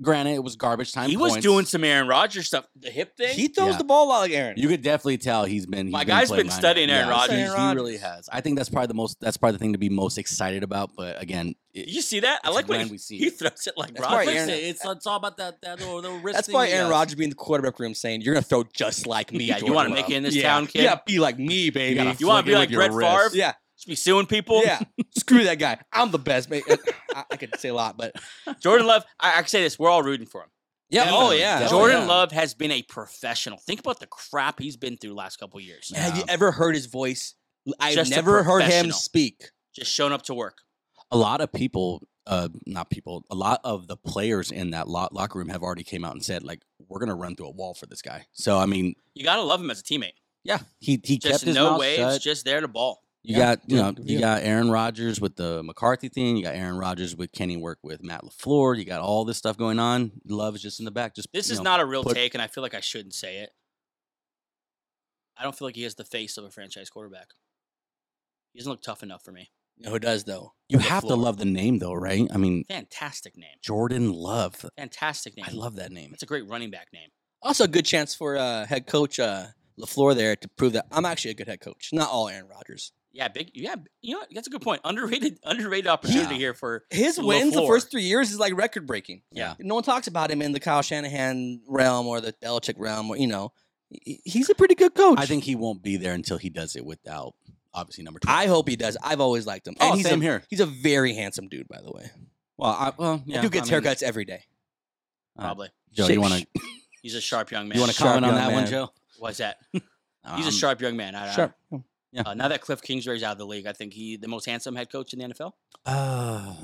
[SPEAKER 4] Granted, it was garbage time.
[SPEAKER 2] He was
[SPEAKER 4] points.
[SPEAKER 2] doing some Aaron Rodgers stuff. The hip thing.
[SPEAKER 3] He throws
[SPEAKER 4] Yeah.
[SPEAKER 3] the ball out like Aaron.
[SPEAKER 4] You could definitely tell he's been. he's
[SPEAKER 2] My
[SPEAKER 4] been
[SPEAKER 2] guy's
[SPEAKER 4] playing
[SPEAKER 2] been
[SPEAKER 4] behind
[SPEAKER 2] studying
[SPEAKER 4] him.
[SPEAKER 2] Aaron
[SPEAKER 4] Yeah,
[SPEAKER 2] Rodgers.
[SPEAKER 4] he-
[SPEAKER 3] Aaron
[SPEAKER 4] He really has. I think that's probably the most. That's probably the thing to be most excited about. But again, it-
[SPEAKER 2] you see that? I
[SPEAKER 4] it's
[SPEAKER 2] like when
[SPEAKER 4] when
[SPEAKER 2] he,
[SPEAKER 4] we see
[SPEAKER 2] he
[SPEAKER 4] it.
[SPEAKER 2] throws it like
[SPEAKER 3] That's probably
[SPEAKER 2] Rodgers.
[SPEAKER 3] Aaron-
[SPEAKER 2] did.
[SPEAKER 4] it's, it's all about that that the, the risk.
[SPEAKER 3] That's
[SPEAKER 4] thing
[SPEAKER 3] why
[SPEAKER 4] he
[SPEAKER 3] Aaron
[SPEAKER 4] has.
[SPEAKER 3] Rodgers being the quarterback room saying, "You're gonna throw just like me."
[SPEAKER 2] Yeah, you want to make it in this town, kid?
[SPEAKER 3] Yeah, be like me, baby.
[SPEAKER 4] gotta
[SPEAKER 2] You want to
[SPEAKER 4] flick
[SPEAKER 2] be
[SPEAKER 4] it
[SPEAKER 2] like
[SPEAKER 4] with your
[SPEAKER 2] Brett
[SPEAKER 4] wrist.
[SPEAKER 2] Favre?
[SPEAKER 3] yeah,
[SPEAKER 2] Just be suing people.
[SPEAKER 3] yeah. <laughs> Screw that guy. I'm the best. Mate. <laughs> I, I could say a lot, but
[SPEAKER 2] <laughs> Jordan Love. I, I can say this. We're all rooting for him.
[SPEAKER 3] yeah.
[SPEAKER 4] Definitely,
[SPEAKER 3] Oh yeah.
[SPEAKER 4] definitely.
[SPEAKER 2] Jordan
[SPEAKER 3] yeah.
[SPEAKER 2] Love has been a professional. Think about the crap he's been through last couple years.
[SPEAKER 3] Have you ever heard his voice? I've
[SPEAKER 2] Just a
[SPEAKER 3] never heard him
[SPEAKER 2] professional.
[SPEAKER 3] speak.
[SPEAKER 2] Just showing up to work.
[SPEAKER 4] a lot of people uh not people a lot of the players in that lo- locker room have already came out and said like we're gonna run through a wall for this guy so i mean
[SPEAKER 2] You gotta love him as a teammate.
[SPEAKER 4] yeah he he kept
[SPEAKER 2] Just
[SPEAKER 4] his
[SPEAKER 2] no
[SPEAKER 4] mouth
[SPEAKER 2] waves.
[SPEAKER 4] shut.
[SPEAKER 2] Just there to ball.
[SPEAKER 4] you
[SPEAKER 3] Yeah,
[SPEAKER 4] got you
[SPEAKER 3] yeah,
[SPEAKER 4] know
[SPEAKER 3] good
[SPEAKER 4] you
[SPEAKER 3] deal.
[SPEAKER 4] got aaron rodgers with the mccarthy thing you got aaron rodgers with kenny work with matt lafleur you got all this stuff going on love is just in the back just
[SPEAKER 2] This
[SPEAKER 4] you
[SPEAKER 2] is
[SPEAKER 4] know,
[SPEAKER 2] not a real
[SPEAKER 4] put-
[SPEAKER 2] take, and I feel like I shouldn't say it. I don't feel like he has the face of a franchise quarterback. He doesn't look tough enough for me.
[SPEAKER 3] Who does though?
[SPEAKER 4] you have to love the name though right i mean
[SPEAKER 2] Fantastic name.
[SPEAKER 4] jordan love
[SPEAKER 2] Fantastic name.
[SPEAKER 4] i love that name
[SPEAKER 2] It's a great running back name.
[SPEAKER 3] Also, a good chance for uh, head coach uh, Lafleur there to prove that I'm actually a good head coach. Not all Aaron Rodgers.
[SPEAKER 2] Yeah, big. Yeah, b- you know that's a good point. Underrated, underrated opportunity
[SPEAKER 4] Yeah.
[SPEAKER 2] here for.
[SPEAKER 3] His wins the
[SPEAKER 2] Lafleur.
[SPEAKER 3] first three years is like record breaking.
[SPEAKER 2] Yeah.
[SPEAKER 3] no one talks about him in the Kyle Shanahan realm or the Belichick realm. Or, you know, He- he's a pretty good coach.
[SPEAKER 4] i think he won't be there until he does it without obviously number two
[SPEAKER 3] I hope he does. I've always liked him.
[SPEAKER 4] oh
[SPEAKER 3] he's
[SPEAKER 4] same
[SPEAKER 3] a,
[SPEAKER 4] here
[SPEAKER 3] He's a very handsome dude, by the way.
[SPEAKER 4] well i well
[SPEAKER 3] Yeah,
[SPEAKER 4] yeah,
[SPEAKER 3] dude gets
[SPEAKER 4] I mean,
[SPEAKER 3] haircuts every day.
[SPEAKER 4] Uh,
[SPEAKER 2] Probably,
[SPEAKER 4] Joe,
[SPEAKER 3] Shit,
[SPEAKER 4] you want
[SPEAKER 3] sh-
[SPEAKER 4] to
[SPEAKER 2] he's a sharp young man.
[SPEAKER 4] you want to
[SPEAKER 3] Sharp
[SPEAKER 4] comment on
[SPEAKER 3] young
[SPEAKER 4] that one,
[SPEAKER 3] man.
[SPEAKER 4] Joe?
[SPEAKER 2] What's that? He's a
[SPEAKER 4] Um,
[SPEAKER 2] sharp young man. I, I-
[SPEAKER 3] Sure.
[SPEAKER 2] uh, now that Cliff Kingsbury's out of the league, I think he the most handsome head coach in the NFL.
[SPEAKER 4] Uh,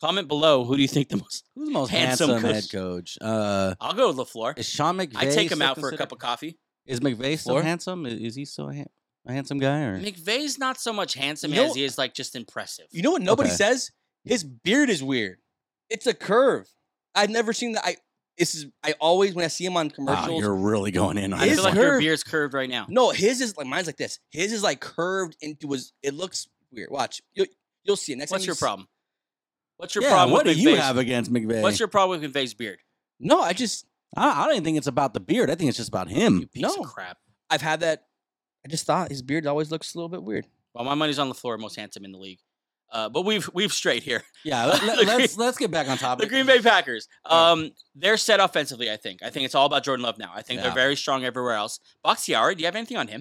[SPEAKER 2] Comment below. Who do you think the most?
[SPEAKER 4] who's the most
[SPEAKER 2] Handsome
[SPEAKER 4] handsome,
[SPEAKER 2] coach.
[SPEAKER 4] head coach? Uh,
[SPEAKER 2] I'll go with Lafleur.
[SPEAKER 4] is Sean McVay?
[SPEAKER 2] I take him
[SPEAKER 4] still
[SPEAKER 2] out for a
[SPEAKER 4] considered-
[SPEAKER 2] cup of coffee.
[SPEAKER 4] Is McVay still
[SPEAKER 3] Floor?
[SPEAKER 4] handsome? I- Is he still a, han- a handsome guy? Or
[SPEAKER 2] McVay's not so much handsome
[SPEAKER 3] You know-
[SPEAKER 2] as he is like just impressive.
[SPEAKER 3] You know what nobody
[SPEAKER 4] Okay.
[SPEAKER 3] says? His beard is weird. It's a curve. I've never seen that. I this is I always when I see him on
[SPEAKER 4] Wow,
[SPEAKER 3] commercials.
[SPEAKER 4] Ah, you're really going in on
[SPEAKER 2] I feel
[SPEAKER 3] His
[SPEAKER 4] this.
[SPEAKER 2] like
[SPEAKER 4] one.
[SPEAKER 2] your
[SPEAKER 3] curve-
[SPEAKER 2] beard's curved right now.
[SPEAKER 3] no, his is like mine's like this. His is like curved into his. It looks weird. Watch. You'll, you'll see it next.
[SPEAKER 2] What's
[SPEAKER 3] time
[SPEAKER 2] your
[SPEAKER 3] you s-
[SPEAKER 2] problem? What's your
[SPEAKER 4] Yeah,
[SPEAKER 2] problem?
[SPEAKER 4] what do
[SPEAKER 2] with
[SPEAKER 4] you
[SPEAKER 2] McVay's-
[SPEAKER 4] have against McVay?
[SPEAKER 2] What's your problem with McVay's beard?
[SPEAKER 3] No, I just
[SPEAKER 4] I, I don't even think it's about the beard. I think it's just about him.
[SPEAKER 2] You piece of
[SPEAKER 3] No.
[SPEAKER 2] crap.
[SPEAKER 3] I've had that. I just thought his beard always looks a little bit weird.
[SPEAKER 2] Well, my money's on the floor, most handsome in the league. Uh, but we've we've straight here.
[SPEAKER 3] <laughs>
[SPEAKER 4] Yeah, let,
[SPEAKER 2] The
[SPEAKER 4] let, us let's get back on
[SPEAKER 2] The
[SPEAKER 4] topic.
[SPEAKER 2] Green Bay Packers. Um, they're set offensively. I think. I think it's all about Jordan Love now. I think they're
[SPEAKER 4] Yeah.
[SPEAKER 2] very strong everywhere else. Boxiari, do you have anything on him?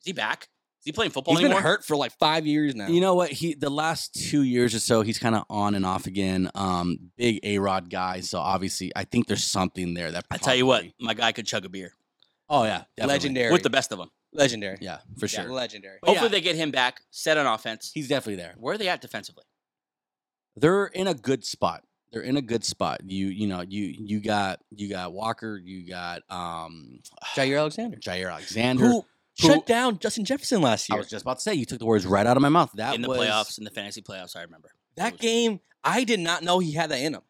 [SPEAKER 2] Is he back? Is he playing football
[SPEAKER 3] He's been
[SPEAKER 2] anymore?
[SPEAKER 3] hurt for like five years now.
[SPEAKER 4] You know what? He the last two years or so, he's kind of on and off again. Um, big A Rod guy, so obviously, I think there's something there. That
[SPEAKER 2] I tell you what,
[SPEAKER 4] probably-
[SPEAKER 2] my guy could chug a beer
[SPEAKER 4] Oh yeah, definitely.
[SPEAKER 3] legendary.
[SPEAKER 2] with the best of them.
[SPEAKER 3] legendary.
[SPEAKER 4] Yeah, for
[SPEAKER 2] Yeah.
[SPEAKER 4] sure.
[SPEAKER 3] Legendary.
[SPEAKER 4] But yeah.
[SPEAKER 2] Hopefully, they get him back. Set on offense.
[SPEAKER 4] He's definitely there.
[SPEAKER 2] Where are they at defensively?
[SPEAKER 4] They're in a good spot. They're in a good spot. You you know you you got you got Walker. You got
[SPEAKER 2] <sighs>
[SPEAKER 4] um
[SPEAKER 3] Jair Alexander,
[SPEAKER 4] Jair Alexander.
[SPEAKER 3] who,
[SPEAKER 4] who-
[SPEAKER 3] shut down Justin Jefferson last
[SPEAKER 4] I
[SPEAKER 3] year.
[SPEAKER 4] was just about to say you took the words right out of my mouth. That
[SPEAKER 2] in the
[SPEAKER 4] was
[SPEAKER 2] playoffs, in the fantasy playoffs, I remember.
[SPEAKER 3] That
[SPEAKER 2] was-
[SPEAKER 3] game, I did not know he had that in him.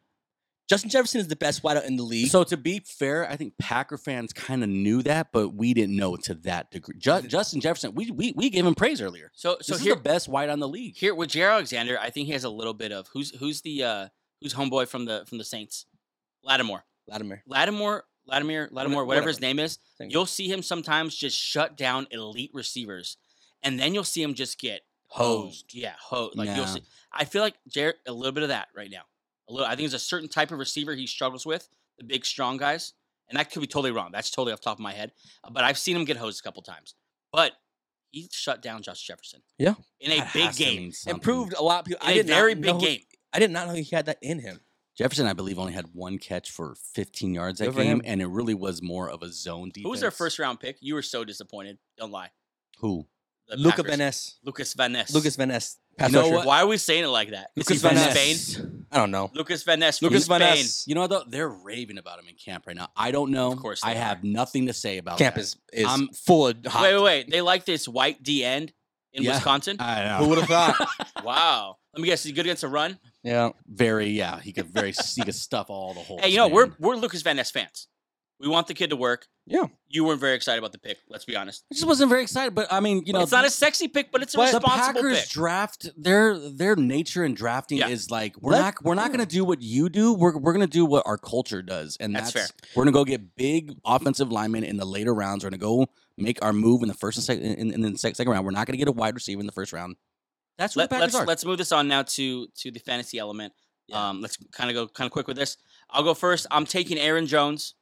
[SPEAKER 3] Justin Jefferson is the best wideout in the
[SPEAKER 2] E
[SPEAKER 3] league.
[SPEAKER 4] So to be fair, I think Packer fans kind of knew that, but we didn't know it to that degree. Ju- Justin Jefferson, we, we we gave him praise earlier.
[SPEAKER 2] So
[SPEAKER 4] So
[SPEAKER 2] so
[SPEAKER 4] this
[SPEAKER 2] here
[SPEAKER 4] is the best white on the league.
[SPEAKER 2] here with Jair Alexander, I think he has a little bit of who's who's the uh who's homeboy from the from the Saints, Lattimore,
[SPEAKER 3] Latimer,
[SPEAKER 2] Lattimore, Latimer, Lattimore, whatever, his name is.
[SPEAKER 3] Thank you.
[SPEAKER 2] You'll see him sometimes just shut down elite receivers, and then you'll see him just get
[SPEAKER 3] hosed.
[SPEAKER 2] owned. Yeah, hosed. Like you'll
[SPEAKER 4] Yeah.
[SPEAKER 2] see. I feel like Jair a little bit of that right now. A little. I think there's a certain type of receiver he struggles with, the big strong guys, and that could be totally wrong. That's totally off the top of my head, uh, but I've seen him get hosed a couple times. But he shut down Josh Jefferson.
[SPEAKER 3] Yeah.
[SPEAKER 2] in a
[SPEAKER 4] That
[SPEAKER 2] big
[SPEAKER 4] has to
[SPEAKER 2] game.
[SPEAKER 4] mean something.
[SPEAKER 3] and proved Um, a lot of people. I
[SPEAKER 2] In a
[SPEAKER 3] did
[SPEAKER 2] very
[SPEAKER 3] not
[SPEAKER 2] big
[SPEAKER 3] know-
[SPEAKER 2] game.
[SPEAKER 3] I did not know he had that in him.
[SPEAKER 4] Jefferson, I believe, only had one catch for 15 yards
[SPEAKER 3] Good
[SPEAKER 4] that
[SPEAKER 3] for
[SPEAKER 4] game,
[SPEAKER 3] him.
[SPEAKER 4] and it really was more of a zone defense.
[SPEAKER 2] Who was their first round pick? You were so disappointed. Don't lie.
[SPEAKER 4] Who?
[SPEAKER 2] The
[SPEAKER 3] Luca
[SPEAKER 2] Packers.
[SPEAKER 3] Van Ness.
[SPEAKER 2] Lucas Van Ness.
[SPEAKER 3] Lucas Van Ness. Pass
[SPEAKER 4] You know
[SPEAKER 3] rusher.
[SPEAKER 4] what?
[SPEAKER 2] Why are we saying it like that? Is
[SPEAKER 3] Lucas
[SPEAKER 2] he from
[SPEAKER 3] Van
[SPEAKER 2] Spain?
[SPEAKER 4] Ness.
[SPEAKER 3] I don't know.
[SPEAKER 2] Lucas Van Ness. from
[SPEAKER 3] Lucas Van
[SPEAKER 2] Spain.
[SPEAKER 3] Ness.
[SPEAKER 4] You know though, they're raving about him in camp right now. I don't know.
[SPEAKER 2] Of course
[SPEAKER 4] I
[SPEAKER 2] they
[SPEAKER 4] have nothing to say about
[SPEAKER 3] Camp
[SPEAKER 4] that.
[SPEAKER 3] is, is <laughs>
[SPEAKER 4] I'm-
[SPEAKER 3] full of hot.
[SPEAKER 2] Wait, wait, wait. They like this white D end in
[SPEAKER 4] Yeah.
[SPEAKER 2] Wisconsin.
[SPEAKER 4] I
[SPEAKER 3] Who
[SPEAKER 4] know.
[SPEAKER 3] would have thought?
[SPEAKER 2] wow. Let me guess. He's good against a run.
[SPEAKER 3] Yeah.
[SPEAKER 4] Very, yeah, he
[SPEAKER 2] <laughs>
[SPEAKER 4] could very he could stuff all the holes.
[SPEAKER 2] Hey, you know, we're
[SPEAKER 4] man.
[SPEAKER 2] we're Lucas Van Ness fans. We want the kid to work.
[SPEAKER 3] Yeah.
[SPEAKER 2] You weren't very excited about the pick, let's be honest.
[SPEAKER 4] I just wasn't very excited, but I mean, you know,
[SPEAKER 2] it's not a sexy pick, but it's a
[SPEAKER 4] but the
[SPEAKER 2] responsible
[SPEAKER 4] Packers
[SPEAKER 2] pick.
[SPEAKER 4] draft their their nature in drafting
[SPEAKER 2] Yeah.
[SPEAKER 4] is like we're
[SPEAKER 3] Let-
[SPEAKER 4] not we're not
[SPEAKER 3] yeah.
[SPEAKER 4] going to do what you do. We're we're going to do what our culture does, and
[SPEAKER 2] That's
[SPEAKER 4] that's, We're going to go get big offensive linemen in the later rounds. We're going to go make our move in the first and second in, in the second, second round. We're not going to get a wide receiver in the first round. That's what
[SPEAKER 2] Let,
[SPEAKER 4] the Packers
[SPEAKER 2] us
[SPEAKER 4] are.
[SPEAKER 2] let's move this on now to to the fantasy element.
[SPEAKER 4] Yeah.
[SPEAKER 2] Um, let's kind of go kind of quick with this. I'll go first. I'm taking Aaron Jones.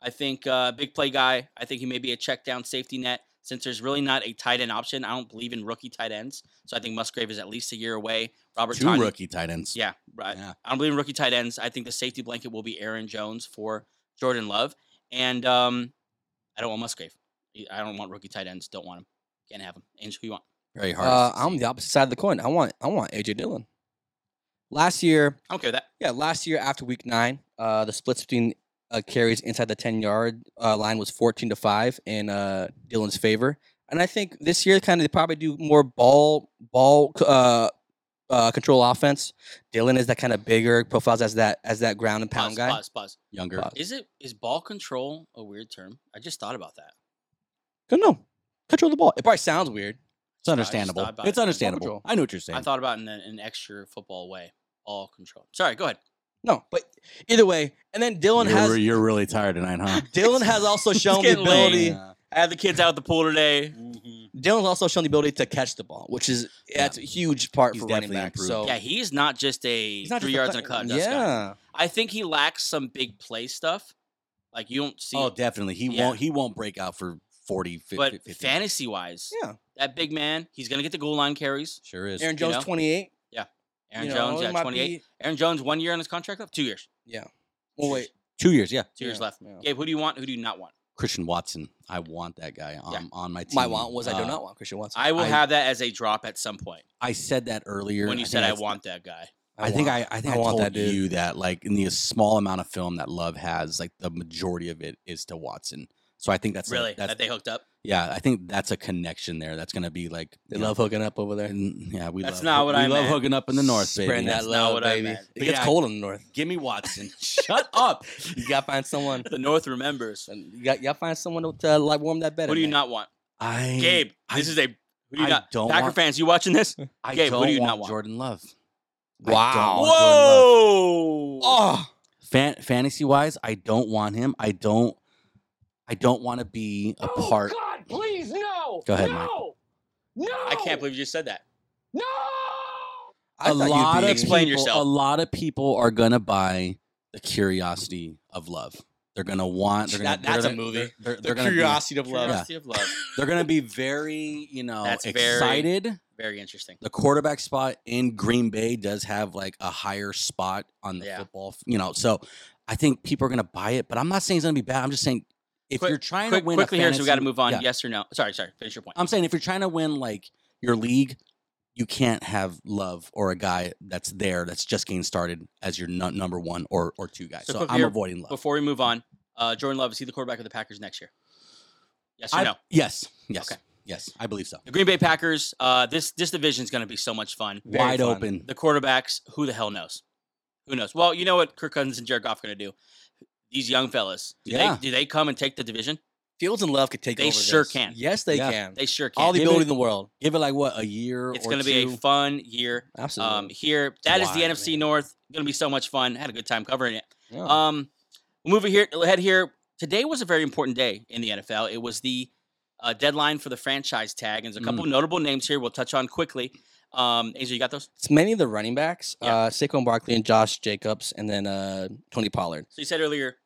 [SPEAKER 2] I think uh, big play guy. I think he may be a check down safety net since there's really not a tight end option. I don't believe in rookie tight ends, so I think Musgrave is at least a year away. Robert
[SPEAKER 4] Two
[SPEAKER 2] Tonyan-
[SPEAKER 4] rookie tight ends.
[SPEAKER 2] Yeah, right.
[SPEAKER 4] Yeah.
[SPEAKER 2] I don't believe in rookie tight ends. I think the safety blanket will be Aaron Jones for Jordan Love, and um, I don't want Musgrave. E, I don't want rookie tight ends. Don't want him. Can't have him. Angel, who you want?
[SPEAKER 4] Very hard.
[SPEAKER 3] Uh, I'm the opposite side of the coin. I want I want AJ Dillon. Last year,
[SPEAKER 2] I'm okay with that.
[SPEAKER 3] yeah, last year after week nine, uh, the splits between uh, carries inside the ten yard uh, line was fourteen to five in uh, Dylan's favor, and I think this year kind of they probably do more ball ball c- uh, uh, control offense. Dylan is that kind of bigger profiles as that as that ground and pound
[SPEAKER 2] pause,
[SPEAKER 3] guy.
[SPEAKER 2] Pause. Pause.
[SPEAKER 4] younger.
[SPEAKER 3] Pause.
[SPEAKER 2] Is it is ball control a weird term? I just thought about that.
[SPEAKER 3] Don't know. Control the ball. It probably sounds weird.
[SPEAKER 4] It's understandable.
[SPEAKER 2] thought about
[SPEAKER 4] It's
[SPEAKER 2] it.
[SPEAKER 4] understandable. I know what you're saying.
[SPEAKER 2] I thought about it in an, an extra football way. Ball control. Sorry, go ahead.
[SPEAKER 3] No, but either way, and then Dylan
[SPEAKER 4] you're,
[SPEAKER 3] has
[SPEAKER 4] re- you're really tired tonight, huh?
[SPEAKER 3] Dylan
[SPEAKER 4] <laughs>
[SPEAKER 3] has also shown the
[SPEAKER 2] getting late.
[SPEAKER 3] ability.
[SPEAKER 2] I had the kids out at the pool today.
[SPEAKER 3] Dylan's also shown the ability to catch the ball, which is that's a huge part
[SPEAKER 4] He's
[SPEAKER 3] for running
[SPEAKER 4] definitely
[SPEAKER 3] back.
[SPEAKER 4] improved.
[SPEAKER 3] So
[SPEAKER 2] Yeah, he's not just a
[SPEAKER 3] he's not
[SPEAKER 2] three
[SPEAKER 3] just
[SPEAKER 2] yards
[SPEAKER 3] cut-
[SPEAKER 2] and a cut.
[SPEAKER 3] Yeah,
[SPEAKER 2] That's guy. I think he lacks some big play stuff. Like you don't <laughs> see.
[SPEAKER 4] oh, definitely. He
[SPEAKER 2] Yeah.
[SPEAKER 4] won't. He won't break out for 40, 50.
[SPEAKER 2] but fantasy wise,
[SPEAKER 3] yeah.
[SPEAKER 2] that big man, he's gonna get the goal line carries.
[SPEAKER 4] sure is.
[SPEAKER 3] Aaron
[SPEAKER 2] you
[SPEAKER 3] Jones
[SPEAKER 2] know?
[SPEAKER 3] twenty eight.
[SPEAKER 2] Aaron Jones, yeah, twenty eight. Aaron Jones, one year on his contract left. Two years.
[SPEAKER 3] Well, wait.
[SPEAKER 4] Two years. Yeah.
[SPEAKER 2] Two years
[SPEAKER 3] Yeah,
[SPEAKER 2] left.
[SPEAKER 3] yeah.
[SPEAKER 2] Gabe, who do you want? Who do you not want?
[SPEAKER 4] Christian Watson. I want that guy on,
[SPEAKER 2] Yeah.
[SPEAKER 4] on my team.
[SPEAKER 3] My want was I do
[SPEAKER 4] Uh,
[SPEAKER 3] not want Christian Watson.
[SPEAKER 2] I will
[SPEAKER 4] I-
[SPEAKER 2] have that as a drop at some point
[SPEAKER 4] I said that earlier.
[SPEAKER 2] when you
[SPEAKER 4] think
[SPEAKER 2] said I
[SPEAKER 4] s-
[SPEAKER 2] want that guy.
[SPEAKER 4] I, think
[SPEAKER 3] want-
[SPEAKER 4] I, I think
[SPEAKER 3] I
[SPEAKER 4] I,
[SPEAKER 3] want
[SPEAKER 4] told
[SPEAKER 3] that dude.
[SPEAKER 4] you that like in the small amount of film that Love has, like the majority of it is to Watson. So I think that's a-
[SPEAKER 2] Really?
[SPEAKER 4] that's,
[SPEAKER 2] that they hooked up?
[SPEAKER 4] yeah. I think that's a connection there. That's gonna be like
[SPEAKER 3] they
[SPEAKER 4] you know,
[SPEAKER 3] love hooking up over there.
[SPEAKER 4] and- yeah, we
[SPEAKER 2] That's
[SPEAKER 4] love,
[SPEAKER 2] not what
[SPEAKER 4] we
[SPEAKER 2] I
[SPEAKER 4] love
[SPEAKER 2] meant.
[SPEAKER 4] hooking up in the north, baby.
[SPEAKER 3] Spreading that
[SPEAKER 2] That's not
[SPEAKER 3] love,
[SPEAKER 2] what I
[SPEAKER 3] baby.
[SPEAKER 2] meant.
[SPEAKER 3] It
[SPEAKER 4] But
[SPEAKER 3] gets
[SPEAKER 4] yeah,
[SPEAKER 3] cold in the north.
[SPEAKER 4] Give me Watson.
[SPEAKER 2] <laughs>
[SPEAKER 4] Shut up.
[SPEAKER 3] You gotta find someone.
[SPEAKER 2] The North remembers.
[SPEAKER 3] and You got you gotta find someone to uh, like warm that bed.
[SPEAKER 2] Who
[SPEAKER 3] at
[SPEAKER 2] do you
[SPEAKER 3] night.
[SPEAKER 2] not want?
[SPEAKER 4] I
[SPEAKER 2] Gabe, this
[SPEAKER 4] I-
[SPEAKER 2] is a who do you
[SPEAKER 4] I
[SPEAKER 2] not?
[SPEAKER 4] don't
[SPEAKER 2] Packer
[SPEAKER 4] want-
[SPEAKER 2] fans, you watching this?
[SPEAKER 4] I
[SPEAKER 2] Gabe, who
[SPEAKER 4] don't
[SPEAKER 2] do you not
[SPEAKER 4] want
[SPEAKER 2] want?
[SPEAKER 4] Jordan Love.
[SPEAKER 3] Wow.
[SPEAKER 4] I don't want Jordan Love.
[SPEAKER 3] Oh,
[SPEAKER 4] fan, fantasy wise, I don't want him. I don't. I don't want to be a
[SPEAKER 2] Oh,
[SPEAKER 4] part.
[SPEAKER 5] Oh, God, please, no.
[SPEAKER 4] Go ahead, Mike.
[SPEAKER 5] no. No.
[SPEAKER 2] I can't believe you just said that.
[SPEAKER 5] No.
[SPEAKER 3] I
[SPEAKER 4] a
[SPEAKER 3] thought you'd
[SPEAKER 4] lot
[SPEAKER 3] be-
[SPEAKER 4] of
[SPEAKER 2] Explain
[SPEAKER 4] people,
[SPEAKER 2] yourself.
[SPEAKER 4] A lot of people are gonna buy the curiosity of love. They're gonna want. They're gonna,
[SPEAKER 3] That- that's a
[SPEAKER 4] they're-
[SPEAKER 3] movie.
[SPEAKER 4] They're, they're,
[SPEAKER 3] the
[SPEAKER 4] they're gonna
[SPEAKER 3] curiosity of love.
[SPEAKER 2] Curiosity of love.
[SPEAKER 4] Be, they're gonna be very, you know,
[SPEAKER 2] That's very-
[SPEAKER 4] excited.
[SPEAKER 2] Very interesting.
[SPEAKER 4] The quarterback spot in Green Bay does have like a higher spot on the
[SPEAKER 2] Yeah.
[SPEAKER 4] football. f- You know, so I think people are gonna buy it. But I'm not saying it's gonna be bad. I'm just saying if
[SPEAKER 2] Quick-
[SPEAKER 4] you're trying
[SPEAKER 2] Quick,
[SPEAKER 4] to win
[SPEAKER 2] quickly
[SPEAKER 4] a
[SPEAKER 2] here,
[SPEAKER 4] fantasy,
[SPEAKER 2] so we got to move on.
[SPEAKER 4] yeah.
[SPEAKER 2] Yes or no? Sorry, sorry. Finish your point.
[SPEAKER 4] I'm saying if you're trying to win like your league, you can't have love or a guy that's there that's just getting started as your nu- number one or or two guys.
[SPEAKER 2] So
[SPEAKER 4] So,
[SPEAKER 2] quickly
[SPEAKER 4] I'm
[SPEAKER 2] here,
[SPEAKER 4] avoiding love.
[SPEAKER 2] Before we move on, uh, Jordan Love is he the quarterback of the Packers next year? Yes or
[SPEAKER 4] I-
[SPEAKER 2] no?
[SPEAKER 4] Yes. Yes.
[SPEAKER 2] Okay.
[SPEAKER 4] Yes. I believe so.
[SPEAKER 2] The Green Bay Packers. Uh, this this division is going to be so much fun.
[SPEAKER 3] Very
[SPEAKER 4] Wide
[SPEAKER 3] fun.
[SPEAKER 4] open.
[SPEAKER 2] The quarterbacks, who the hell knows? Who knows? Well, you know what Kirk Cousins and Jared Goff are going to do. These young fellas, do,
[SPEAKER 4] Yeah.
[SPEAKER 2] they, do they come and take the division?
[SPEAKER 3] Fields and Love could take
[SPEAKER 2] They
[SPEAKER 3] over.
[SPEAKER 2] sure
[SPEAKER 3] this.
[SPEAKER 2] can.
[SPEAKER 3] Yes, they
[SPEAKER 4] Yeah.
[SPEAKER 3] can.
[SPEAKER 2] They sure can.
[SPEAKER 3] All the
[SPEAKER 4] Give
[SPEAKER 3] ability
[SPEAKER 4] it-
[SPEAKER 3] in the world.
[SPEAKER 4] Give it like what a year.
[SPEAKER 2] it's
[SPEAKER 4] or
[SPEAKER 2] going to be a
[SPEAKER 4] two.
[SPEAKER 2] fun year.
[SPEAKER 3] Absolutely.
[SPEAKER 2] Um, here, that is
[SPEAKER 4] Wide,
[SPEAKER 2] the NFC
[SPEAKER 4] man.
[SPEAKER 2] North. Going to be so much fun. Had a good time covering it.
[SPEAKER 3] Yeah.
[SPEAKER 2] Um, we'll move here. Ahead here. Today was a very important day in the NFL. It was the uh, deadline for the franchise tag, and there's a
[SPEAKER 3] Mm.
[SPEAKER 2] couple notable names here we'll touch on quickly. Um, Angel, you got those?
[SPEAKER 3] It's many of the running backs,
[SPEAKER 2] Yeah.
[SPEAKER 3] uh, Saquon Barkley and Josh Jacobs, and then uh, Tony Pollard.
[SPEAKER 2] So you said earlier,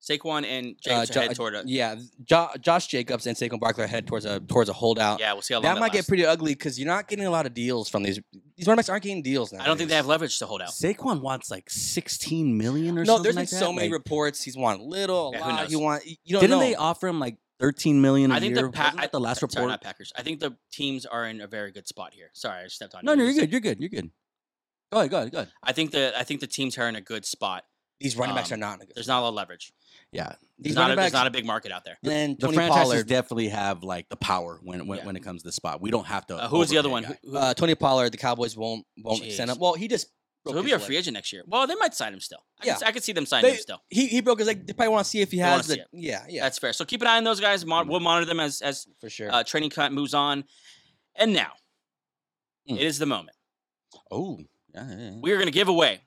[SPEAKER 2] Saquon and
[SPEAKER 3] Uh,
[SPEAKER 2] James
[SPEAKER 3] Jo-
[SPEAKER 2] are head toward a
[SPEAKER 3] yeah, Jo- Josh Jacobs and Saquon Barkley are headed towards a towards a holdout.
[SPEAKER 2] Yeah, we'll see how long
[SPEAKER 3] that might get
[SPEAKER 2] lasts.
[SPEAKER 3] pretty ugly because you're not getting a lot of deals from these. These running backs aren't getting deals now.
[SPEAKER 2] I don't think they have leverage to hold out.
[SPEAKER 4] Saquon wants like 16 million or
[SPEAKER 3] No,
[SPEAKER 4] something.
[SPEAKER 3] there's been
[SPEAKER 4] like that.
[SPEAKER 3] so many
[SPEAKER 4] Like,
[SPEAKER 3] reports. He's wanted little, a
[SPEAKER 2] Yeah, who
[SPEAKER 3] lot. He
[SPEAKER 2] knows?
[SPEAKER 3] want. You don't
[SPEAKER 4] didn't
[SPEAKER 3] know.
[SPEAKER 4] they offer him like 13 million a
[SPEAKER 2] I think
[SPEAKER 4] year?
[SPEAKER 2] the pa-
[SPEAKER 4] Wasn't that the last
[SPEAKER 2] Sorry,
[SPEAKER 4] report.
[SPEAKER 2] not Packers. I think the teams are in a very good spot here. Sorry, I stepped on.
[SPEAKER 4] no,
[SPEAKER 2] you.
[SPEAKER 4] no,
[SPEAKER 2] You
[SPEAKER 4] you're
[SPEAKER 2] said-
[SPEAKER 4] good. You're good. You're good. Go ahead. Go ahead. Go ahead.
[SPEAKER 2] I think the I think the teams are in a good spot.
[SPEAKER 3] these running backs
[SPEAKER 2] um,
[SPEAKER 3] are not in a good.
[SPEAKER 2] There's not a lot of leverage.
[SPEAKER 4] Yeah.
[SPEAKER 2] There's
[SPEAKER 3] These
[SPEAKER 2] not, a,
[SPEAKER 3] running
[SPEAKER 2] there's
[SPEAKER 3] backs.
[SPEAKER 2] not a big market out there.
[SPEAKER 3] and then
[SPEAKER 4] The
[SPEAKER 3] Tony
[SPEAKER 4] franchises
[SPEAKER 3] Pollard.
[SPEAKER 4] definitely have like the power when when,
[SPEAKER 2] Yeah.
[SPEAKER 4] when it comes to the spot. We don't have to.
[SPEAKER 2] Uh, who was the other one?
[SPEAKER 4] overpay a guy.
[SPEAKER 2] Who- who-
[SPEAKER 3] Uh, Tony Pollard. The Cowboys won't won't
[SPEAKER 2] Jeez.
[SPEAKER 3] send up. Well, he just
[SPEAKER 2] So
[SPEAKER 3] Broke
[SPEAKER 2] he'll be
[SPEAKER 3] his
[SPEAKER 2] a
[SPEAKER 3] leg.
[SPEAKER 2] free agent next year. Well, they might sign him still. I,
[SPEAKER 3] Yeah.
[SPEAKER 2] can, I can see them signing him
[SPEAKER 3] They-
[SPEAKER 2] still.
[SPEAKER 3] He, he broke his leg. They probably want to see if he
[SPEAKER 2] wanna
[SPEAKER 3] has
[SPEAKER 2] see
[SPEAKER 3] the.
[SPEAKER 2] it.
[SPEAKER 3] Yeah, yeah, Mm.
[SPEAKER 2] That's fair. So keep an eye on those guys. Mon- we'll monitor them as as
[SPEAKER 3] for sure.
[SPEAKER 2] uh, training camp moves on. And now,
[SPEAKER 4] Mm.
[SPEAKER 2] it is the moment.
[SPEAKER 4] Oh, yeah, yeah, yeah.
[SPEAKER 2] We are going to give away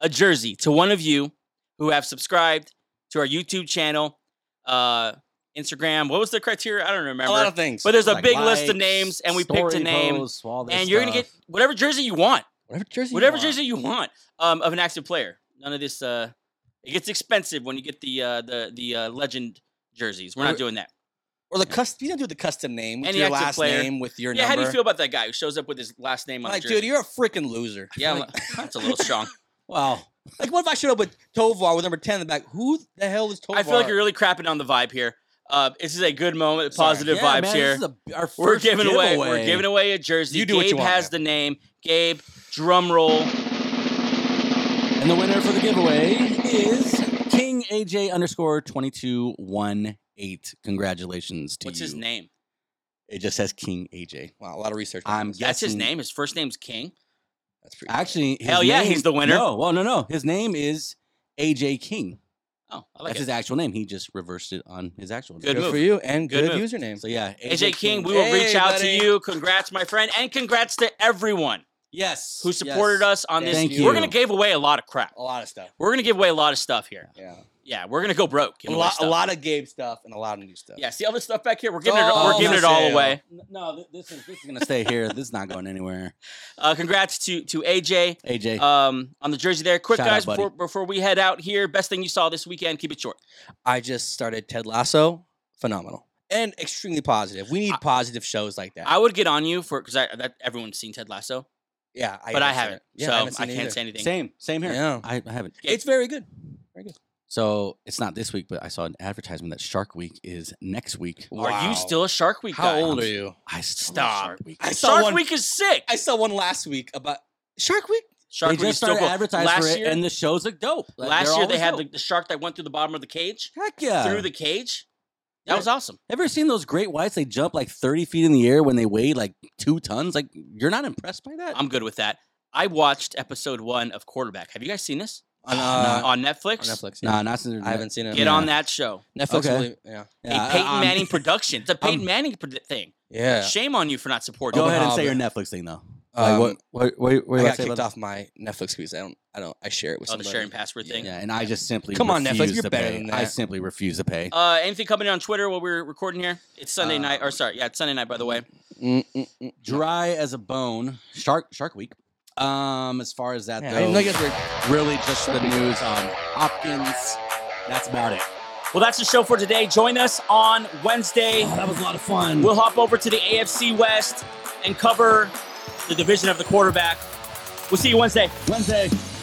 [SPEAKER 2] a jersey to one of you who have subscribed to our YouTube channel, uh, Instagram. What was the criteria? I don't remember.
[SPEAKER 3] a lot of things.
[SPEAKER 2] but there's a
[SPEAKER 4] Like
[SPEAKER 2] big list of
[SPEAKER 4] likes,
[SPEAKER 2] names, and we picked a
[SPEAKER 4] story
[SPEAKER 2] name,
[SPEAKER 4] posts, all this
[SPEAKER 2] and you're going to get
[SPEAKER 4] stuff.
[SPEAKER 2] whatever jersey you want.
[SPEAKER 3] whatever jersey. you
[SPEAKER 2] whatever
[SPEAKER 3] want.
[SPEAKER 2] jersey you want um, of an active player. None of this. Uh, it gets expensive when you get the uh, the the uh, legend jerseys. We're not
[SPEAKER 3] Or-
[SPEAKER 2] doing that.
[SPEAKER 3] or the custom. You don't do the custom name with
[SPEAKER 2] Any
[SPEAKER 3] your
[SPEAKER 2] active
[SPEAKER 3] last
[SPEAKER 2] player.
[SPEAKER 3] name with your
[SPEAKER 2] Yeah,
[SPEAKER 3] number.
[SPEAKER 2] how do you feel about that guy who shows up with his last name on
[SPEAKER 3] Like,
[SPEAKER 2] the jersey?
[SPEAKER 3] dude, you're a freaking loser.
[SPEAKER 2] yeah, I'm
[SPEAKER 3] Like,
[SPEAKER 2] like, that's a little
[SPEAKER 3] <laughs>
[SPEAKER 2] strong.
[SPEAKER 3] wow. Like, what if I showed up with Tovar with number ten in the back? Who the hell is Tovar?
[SPEAKER 2] I feel like you're really crapping on the vibe here. Uh, this is a good moment,
[SPEAKER 3] Sorry.
[SPEAKER 2] positive
[SPEAKER 4] Yeah,
[SPEAKER 2] vibes
[SPEAKER 4] man,
[SPEAKER 2] here.
[SPEAKER 4] This is a, our first
[SPEAKER 2] we're giving away. We're
[SPEAKER 4] giveaway.
[SPEAKER 2] giving away a jersey.
[SPEAKER 3] You do what
[SPEAKER 2] Gabe
[SPEAKER 3] you want,
[SPEAKER 2] has
[SPEAKER 3] man.
[SPEAKER 2] the name. Gabe, drum roll.
[SPEAKER 4] And the winner for the giveaway is King AJ underscore twenty two one eight. Congratulations to
[SPEAKER 2] What's
[SPEAKER 4] you.
[SPEAKER 2] his name?
[SPEAKER 4] It just says King AJ.
[SPEAKER 3] Wow, a lot of research. on
[SPEAKER 4] I'm
[SPEAKER 3] this.
[SPEAKER 4] guessing.
[SPEAKER 2] That's his name. His first name's King.
[SPEAKER 3] That's pretty.
[SPEAKER 4] Actually, his
[SPEAKER 2] Hell yeah,
[SPEAKER 4] name-
[SPEAKER 2] he's the winner.
[SPEAKER 4] No, well, no, no. His name is AJ King.
[SPEAKER 2] Oh, I like it.
[SPEAKER 4] That's his actual name. He just reversed it on his actual name.
[SPEAKER 2] Good
[SPEAKER 3] good
[SPEAKER 2] move.
[SPEAKER 3] for you and
[SPEAKER 2] Good
[SPEAKER 3] good,
[SPEAKER 2] move.
[SPEAKER 3] username.
[SPEAKER 4] So yeah,
[SPEAKER 2] AJ King, we will reach
[SPEAKER 3] Hey,
[SPEAKER 2] out
[SPEAKER 3] buddy.
[SPEAKER 2] to you. Congrats, my friend, and congrats to everyone
[SPEAKER 4] yes,
[SPEAKER 2] who supported us on this.
[SPEAKER 4] Thank
[SPEAKER 2] We're gonna
[SPEAKER 4] you.
[SPEAKER 2] give away a lot of crap.
[SPEAKER 3] a lot of stuff.
[SPEAKER 2] We're gonna give away a lot of stuff here.
[SPEAKER 3] Yeah,
[SPEAKER 2] Yeah, we're gonna go broke.
[SPEAKER 3] a
[SPEAKER 2] giving away
[SPEAKER 3] lot, a
[SPEAKER 2] stuff.
[SPEAKER 3] lot of Gabe stuff and a lot of new stuff.
[SPEAKER 2] Yeah, see all this stuff back here. We're giving it.
[SPEAKER 3] Oh,
[SPEAKER 2] We're giving it
[SPEAKER 3] for
[SPEAKER 2] all
[SPEAKER 3] sale.
[SPEAKER 2] away.
[SPEAKER 4] No, th- this is this is gonna stay here. This is not going anywhere.
[SPEAKER 2] Uh, congrats to to AJ <laughs>
[SPEAKER 4] AJ,
[SPEAKER 2] um, on the jersey there. Quick
[SPEAKER 4] Shout out,
[SPEAKER 2] guys,
[SPEAKER 4] buddy.
[SPEAKER 2] before before we head out here, best thing you saw this weekend. Keep it short.
[SPEAKER 3] I just started Ted Lasso. Phenomenal and extremely positive. We need positive shows like that.
[SPEAKER 2] I would get on you for because I that everyone's seen Ted Lasso,
[SPEAKER 3] yeah,
[SPEAKER 2] but I
[SPEAKER 3] seen
[SPEAKER 2] haven't,
[SPEAKER 3] it. Yeah,
[SPEAKER 2] so I,
[SPEAKER 3] haven't seen it
[SPEAKER 2] can't
[SPEAKER 3] either.
[SPEAKER 2] say anything.
[SPEAKER 4] same, same here.
[SPEAKER 3] Yeah.
[SPEAKER 4] I, I haven't.
[SPEAKER 2] Gabe.
[SPEAKER 3] It's very good. Very good.
[SPEAKER 4] So it's not this week, but I saw an advertisement that Shark Week is next week.
[SPEAKER 2] Are
[SPEAKER 3] Wow.
[SPEAKER 2] you still a Shark Week?
[SPEAKER 3] How
[SPEAKER 2] guy?
[SPEAKER 3] old are you?
[SPEAKER 4] I saw
[SPEAKER 2] Stop.
[SPEAKER 4] Shark Week.
[SPEAKER 3] I saw
[SPEAKER 2] Shark
[SPEAKER 3] one.
[SPEAKER 2] Week is sick.
[SPEAKER 3] I saw one last week about Shark Week.
[SPEAKER 2] Shark
[SPEAKER 4] they
[SPEAKER 2] Week is
[SPEAKER 4] just
[SPEAKER 2] still
[SPEAKER 4] started
[SPEAKER 2] cool.
[SPEAKER 4] advertising
[SPEAKER 2] Last
[SPEAKER 4] for it,
[SPEAKER 2] year,
[SPEAKER 4] and the shows look dope. Like,
[SPEAKER 2] Last
[SPEAKER 4] they're
[SPEAKER 2] year they
[SPEAKER 4] always
[SPEAKER 2] had
[SPEAKER 4] dope.
[SPEAKER 2] the, the shark that went through the bottom of the cage,
[SPEAKER 4] heck yeah.
[SPEAKER 2] through the cage. That
[SPEAKER 4] Yeah.
[SPEAKER 2] was awesome.
[SPEAKER 4] Ever seen those great whites? They jump like thirty feet in the air when they weigh like two tons. Like you're not impressed by that?
[SPEAKER 2] I'm good with that. I watched episode one of Quarterback. Have you guys seen this
[SPEAKER 3] On,
[SPEAKER 4] No.
[SPEAKER 3] uh,
[SPEAKER 2] on Netflix?
[SPEAKER 3] on Netflix. yeah.
[SPEAKER 4] nah, not since
[SPEAKER 3] I haven't seen it.
[SPEAKER 2] Get
[SPEAKER 4] Yeah.
[SPEAKER 2] on that show.
[SPEAKER 3] Netflix.
[SPEAKER 4] Okay.
[SPEAKER 3] really- yeah.
[SPEAKER 4] Yeah,
[SPEAKER 2] a Peyton
[SPEAKER 4] um,
[SPEAKER 2] Manning production. <laughs> It's a Peyton
[SPEAKER 4] I'm-
[SPEAKER 2] Manning prod- thing.
[SPEAKER 3] Yeah.
[SPEAKER 2] Shame on you for not supporting.
[SPEAKER 4] Go
[SPEAKER 2] it.
[SPEAKER 4] ahead and
[SPEAKER 3] Hobbit.
[SPEAKER 4] say your Netflix thing though.
[SPEAKER 3] Um,
[SPEAKER 4] like Uh, what? What? What? what
[SPEAKER 3] I
[SPEAKER 4] did
[SPEAKER 3] got
[SPEAKER 4] say
[SPEAKER 3] kicked
[SPEAKER 4] about
[SPEAKER 3] off my Netflix because I don't. I don't. I share it with
[SPEAKER 2] Oh, the
[SPEAKER 3] somebody.
[SPEAKER 2] sharing password
[SPEAKER 4] that?
[SPEAKER 2] thing.
[SPEAKER 4] Yeah, and I just simply
[SPEAKER 3] Come on, Netflix,
[SPEAKER 4] refuse
[SPEAKER 3] you're
[SPEAKER 4] to
[SPEAKER 3] better
[SPEAKER 4] pay.
[SPEAKER 3] than
[SPEAKER 4] I
[SPEAKER 3] that.
[SPEAKER 4] simply refuse to pay.
[SPEAKER 2] Uh, anything coming on Twitter while we're recording here? It's Sunday night, or sorry, yeah, it's Sunday night. By the way,
[SPEAKER 3] Mm, mm, mm.
[SPEAKER 4] Dry as a bone. Shark Shark Week. Um, as far as that
[SPEAKER 3] Yeah, I
[SPEAKER 4] though,
[SPEAKER 3] didn't know you guys were-
[SPEAKER 4] really just the news on Hopkins. That's about it.
[SPEAKER 2] well, that's the show for today. Join us on Wednesday.
[SPEAKER 4] that was a lot of fun.
[SPEAKER 2] We'll hop over to the AFC West and cover the division of the quarterback. We'll see you Wednesday.
[SPEAKER 4] Wednesday.